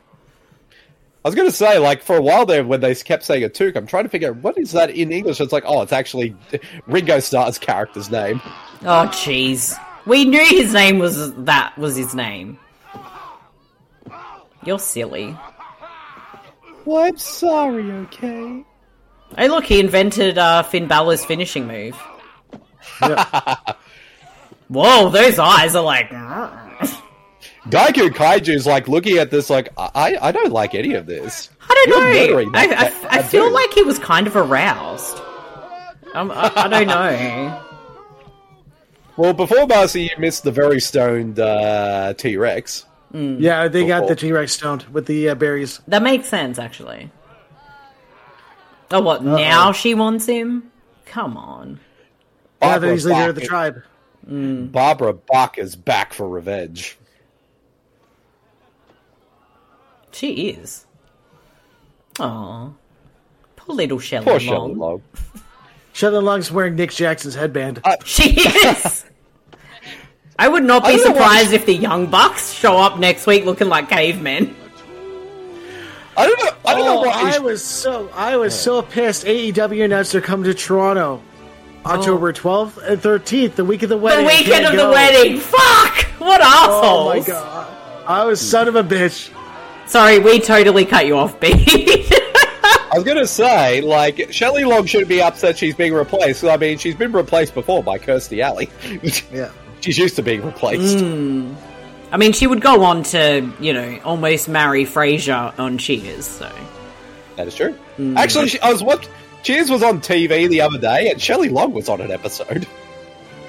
I was going to say, like, for a while there, when they kept saying a toque, I'm trying to figure out what is that in English. It's like, oh, it's actually Ringo Starr's character's name.
Oh, jeez. We knew his name was that was his name. You're silly.
Well, I'm sorry, okay?
Hey, look, he invented uh, Finn Balor's finishing move. Whoa, those eyes are like. "Grr."
Gaiku Kaiju's like looking at this, like, I, I don't like any of this.
I don't
You're
know.
murdering
I,
that-
I-
that-
I
that
feel
dude.
like he was kind of aroused. Um, I, I don't know.
Well, before Marcy, you missed the very stoned uh, T Rex.
Yeah, they got the T Rex stoned with the uh, berries.
That makes sense, actually. Oh, what? Now she wants him? Come on.
Now that he's leader of the tribe.
Barbara Bach is back for revenge.
She is. Aw. Poor little Shelley
Poor
Long.
Shelley Long.
Sheldon Long's wearing Nick Jackson's headband.
She is. I would not
I
be
don't know why
surprised if the Young Bucks show up next week looking like cavemen.
I don't know. I don't know
Oh,
why.
I was so I was so pissed. AEW announced they're coming to Toronto, October twelfth and thirteenth, the week of the
The
wedding.
weekend
Can't
of the
go.
wedding. Fuck! What assholes!
Oh my god! I was son of a bitch.
Sorry, we totally cut you off, B.
I was going to say, like, Shelley Long shouldn't be upset she's being replaced. I mean, she's been replaced before by Kirstie Alley.
Yeah. Hmm.
she's used to being replaced.
I mean, she would go on to, you know, almost marry Frasier on Cheers. So
That is true.
Hmm.
Actually, she, I was what Cheers was on TV the other day, and Shelley Long was on an episode.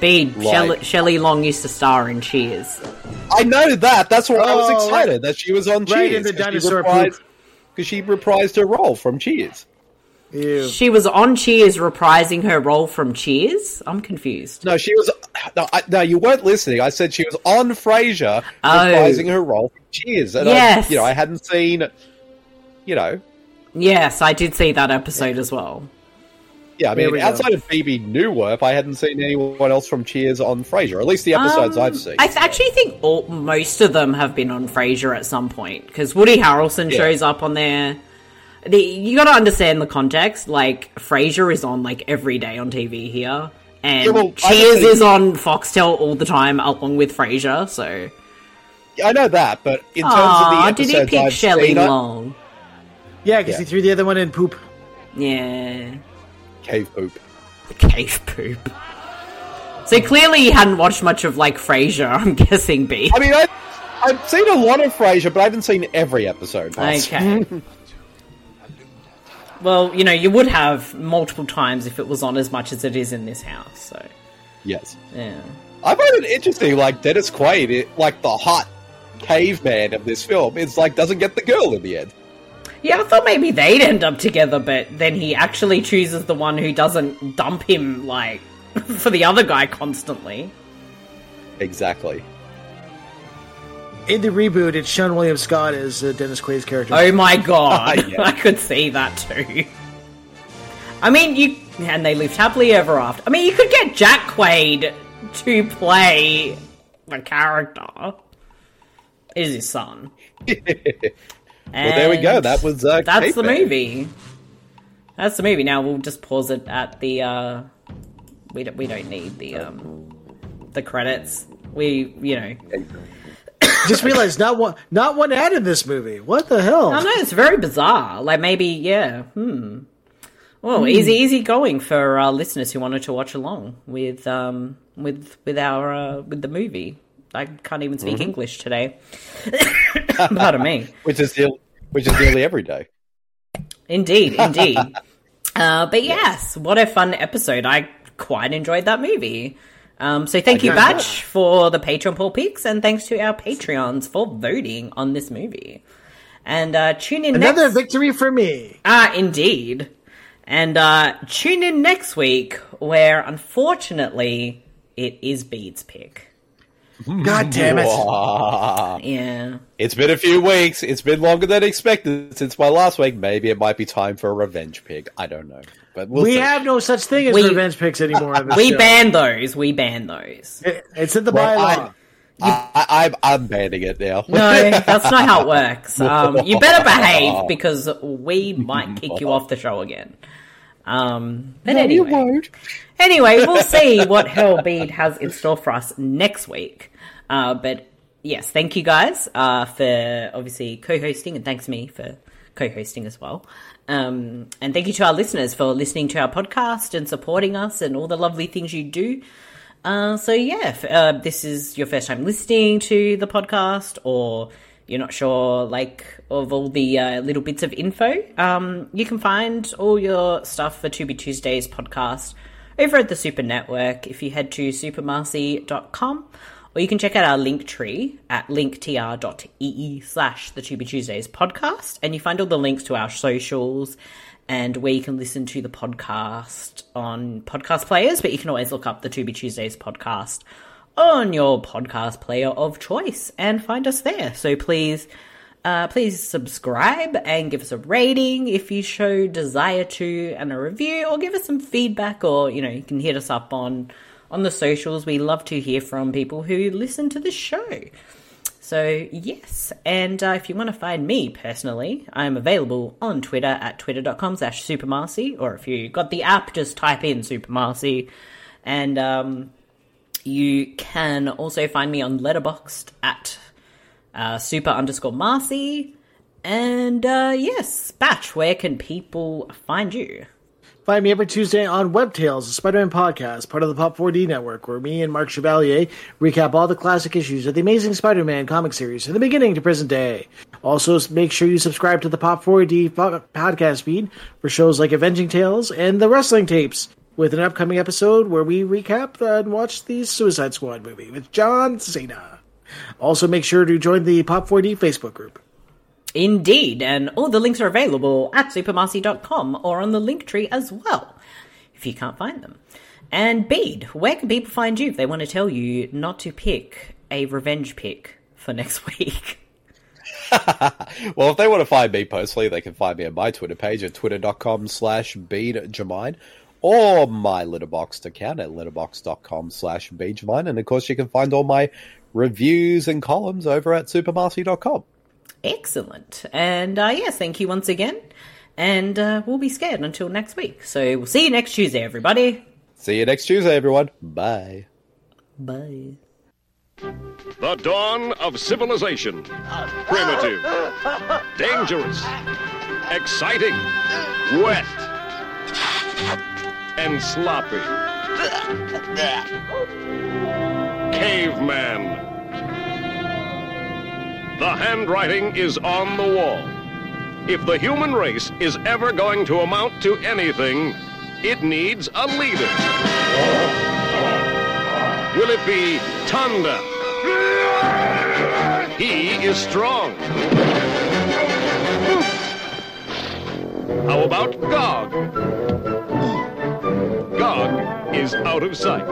B. Shell
Like-
Shelley Long used to star in Cheers.
I know that. That's why I was
Oh,
excited that she was on
Right in
Cheers
the dinosaur poop.
because she reprised her role from Cheers.
Ew.
She was on Cheers, reprising her role from Cheers. I'm confused.
No, she was. No, I, no, you weren't listening. I said she was on Frasier,
Oh.
reprising her role from Cheers, and
Yes.
I, you know, I hadn't seen, you know,
Yes, I did see that episode as well.
Yeah, I
There we
mean,
go.
outside of BB Newworth, I hadn't seen anyone else from Cheers on Frasier. At least the episodes
Um,
I've seen.
I th- actually think all, most of them have been on Frasier at some point because Woody Harrelson
Yeah.
shows up on there. The, you got to understand the context. Like Frasier is on like every day on TV here, and
Yeah, well, I
Cheers
think-
is on Foxtel all the time along with Frasier. So,
I know that, but in terms
ah,
of the
did
episodes
he pick
I've
Shelley
seen,
Long?
Yeah, because
Yeah.
he threw the other one in poop.
Yeah,
I, cave poop.
cave poop. So clearly, you hadn't watched much of like Frasier. I'm guessing, B.
I mean, I, I've seen a lot of Frasier, but I haven't seen every episode. Ross.
Okay. well, you know, you would have multiple times if it was on as much as it is in this house, so
Yes.
yeah.
I find it interesting, like Dennis Quaid, it, like the hot caveman of this film, is like doesn't get the girl in the end.
Yeah, I thought maybe they'd end up together, but then he actually chooses the one who doesn't dump him, like, for the other guy constantly.
Exactly.
In the reboot, it's Sean William Scott as uh, Dennis Quaid's character.
Oh my god,
Yeah.
I could see that too. I mean, you and they lived happily ever after. I mean, you could get Jack Quaid to play the character. It is his son.
Well, there we go. That was uh,
that's the
caveman.
movie. That's the movie. Now we'll just pause it at the. Uh, we don't. We don't need the um, the credits. We you know.
Just realized not one not one ad in this movie. What the hell?
I know it's very bizarre. Like maybe yeah. Hmm. Well, easy easy going for uh, listeners who wanted to watch along with um with with our uh, with the movie. I can't even speak English today. Pardon me.
which is nearly, which is nearly every day.
Indeed, indeed. uh, but yes, what a fun episode. I quite enjoyed that movie. Um, so thank you, Batch, for the Patreon poll picks, and thanks to our Patreons for voting on this movie. And uh, tune in
Another
next...
victory for me.
Ah, indeed. And uh, tune in next week, where unfortunately it is Bede's pick.
God damn it!
Wah.
Yeah.
It's been a few weeks. It's been longer than expected since my last week. Maybe it might be time for a revenge pig. I don't know, but we'll
We
see.
have no such thing as
We-
revenge picks anymore. On this
We
show.
ban those. We ban those.
It- it's in the
Well, I-
bylaw.
I, I, I'm I'm banning it now.
No, that's not how it works. Um, you better behave because we might kick you off the show again. Um, but
No, you
anyway,
won't.
anyway, we'll see what Hellbead has in store for us next week. Uh, but yes, thank you guys uh, for obviously co-hosting, and thanks me for co-hosting as well. Um, and thank you to our listeners for listening to our podcast and supporting us and all the lovely things you do. Uh, so yeah, if uh, this is your first time listening to the podcast, or you're not sure like of all the uh, little bits of info, um, you can find all your stuff for To Be Tuesdays podcast over at the Super Network. If you head to supermarcy.com, or you can check out our link tree at linktr.ee E slash the To Be Tuesdays podcast, and you find all the links to our socials and where you can listen to the podcast on podcast players, but you can always look up the To Be Tuesdays podcast on your podcast player of choice and find us there. So please, uh, please subscribe and give us a rating if you show desire to, and a review, or give us some feedback, or you know you can hit us up on on the socials. We love to hear from people who listen to the show. So, yes, and uh, if you want to find me personally, I'm available on Twitter at twitter.com slash supermarcy, or if you got the app, just type in supermarcy. And um, you can also find me on Letterboxd at uh, super underscore marcy. And uh, yes, Batch, where can people find you?
Find me every Tuesday on Web Tales, the Spider Man podcast, part of the Pop 4D network, where me and Mark Chevalier recap all the classic issues of the Amazing Spider Man comic series from the beginning to present day. Also, s- make sure you subscribe to the Pop 4D po- podcast feed for shows like Avenging Tales and the Wrestling Tapes, with an upcoming episode where we recap and watch the Suicide Squad movie with John Cena. Also, make sure to join the Pop 4D Facebook group.
Indeed, and all the links are available at supermarcy.com or on the link tree as well, if you can't find them. And Bede, where can people find you if they want to tell you not to pick a revenge pick for next week?
Well, if they want to find me personally, they can find me on my Twitter page at twitter.com slash beadjamine or my Letterboxd account at letterbox.com slash beadjamine. And of course, you can find all my reviews and columns over at supermarcy.com.
Excellent. And uh, yes, thank you once again. And uh, we'll be scared until next week. So we'll see you next Tuesday, everybody.
See you next Tuesday, everyone. Bye.
Bye.
The dawn of civilization. Primitive. Dangerous. Exciting. Wet. And sloppy. Caveman. The handwriting is on the wall. If the human race is ever going to amount to anything, it needs a leader. Will it be Tonda? He is strong. How about Gog? Gog is out of sight.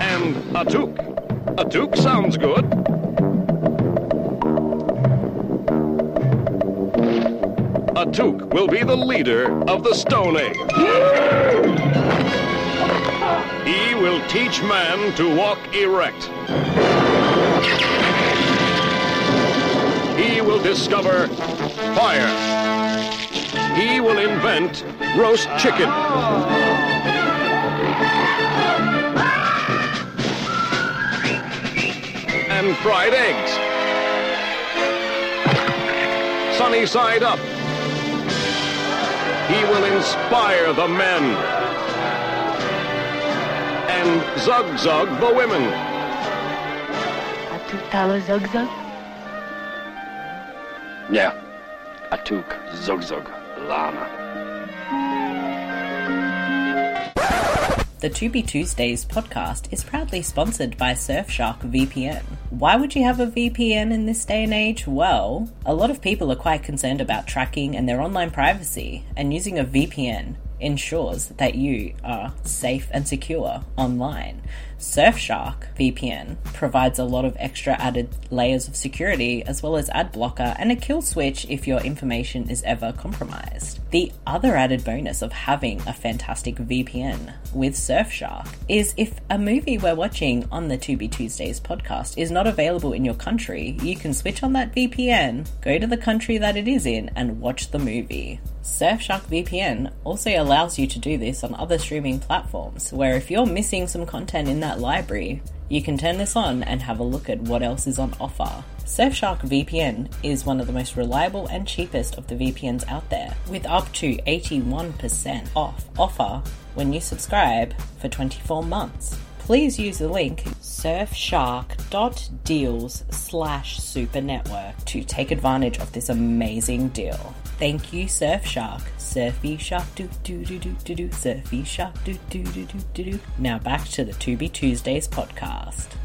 And Atuk. Atuk sounds good. Atuk will be the leader of the Stone Age. He will teach man to walk erect. He will discover fire. He will invent roast chicken. And fried eggs. Sunny side up. He will inspire the men. And Zug Zug the women.
Tutala Zug Zug?
Yeah. Atuk, Zogzog, Llama.
The To Be Tuesdays podcast is proudly sponsored by Surfshark VPN. Why would you have a VPN in this day and age? Well, a lot of people are quite concerned about tracking and their online privacy, and using a VPN ensures that you are safe and secure online. Surfshark VPN provides a lot of extra added layers of security, as well as ad blocker and a kill switch if your information is ever compromised. The other added bonus of having a fantastic VPN with Surfshark is if a movie we're watching on the 2B Tuesdays podcast is not available in your country, you can switch on that VPN, go to the country that it is in, and watch the movie. Surfshark VPN also allows you to do this on other streaming platforms, where if you're missing some content in that library, you can turn this on and have a look at what else is on offer. Surfshark VPN is one of the most reliable and cheapest of the VPNs out there, with up to 81% off offer when you subscribe for 24 months. Please use the link surfshark.deals slash supernetwork to take advantage of this amazing deal. Thank you, Surfshark. Surfy shark do do do do do do. Surfy shark do do do do do do. Now back to the To Be Tuesdays podcast.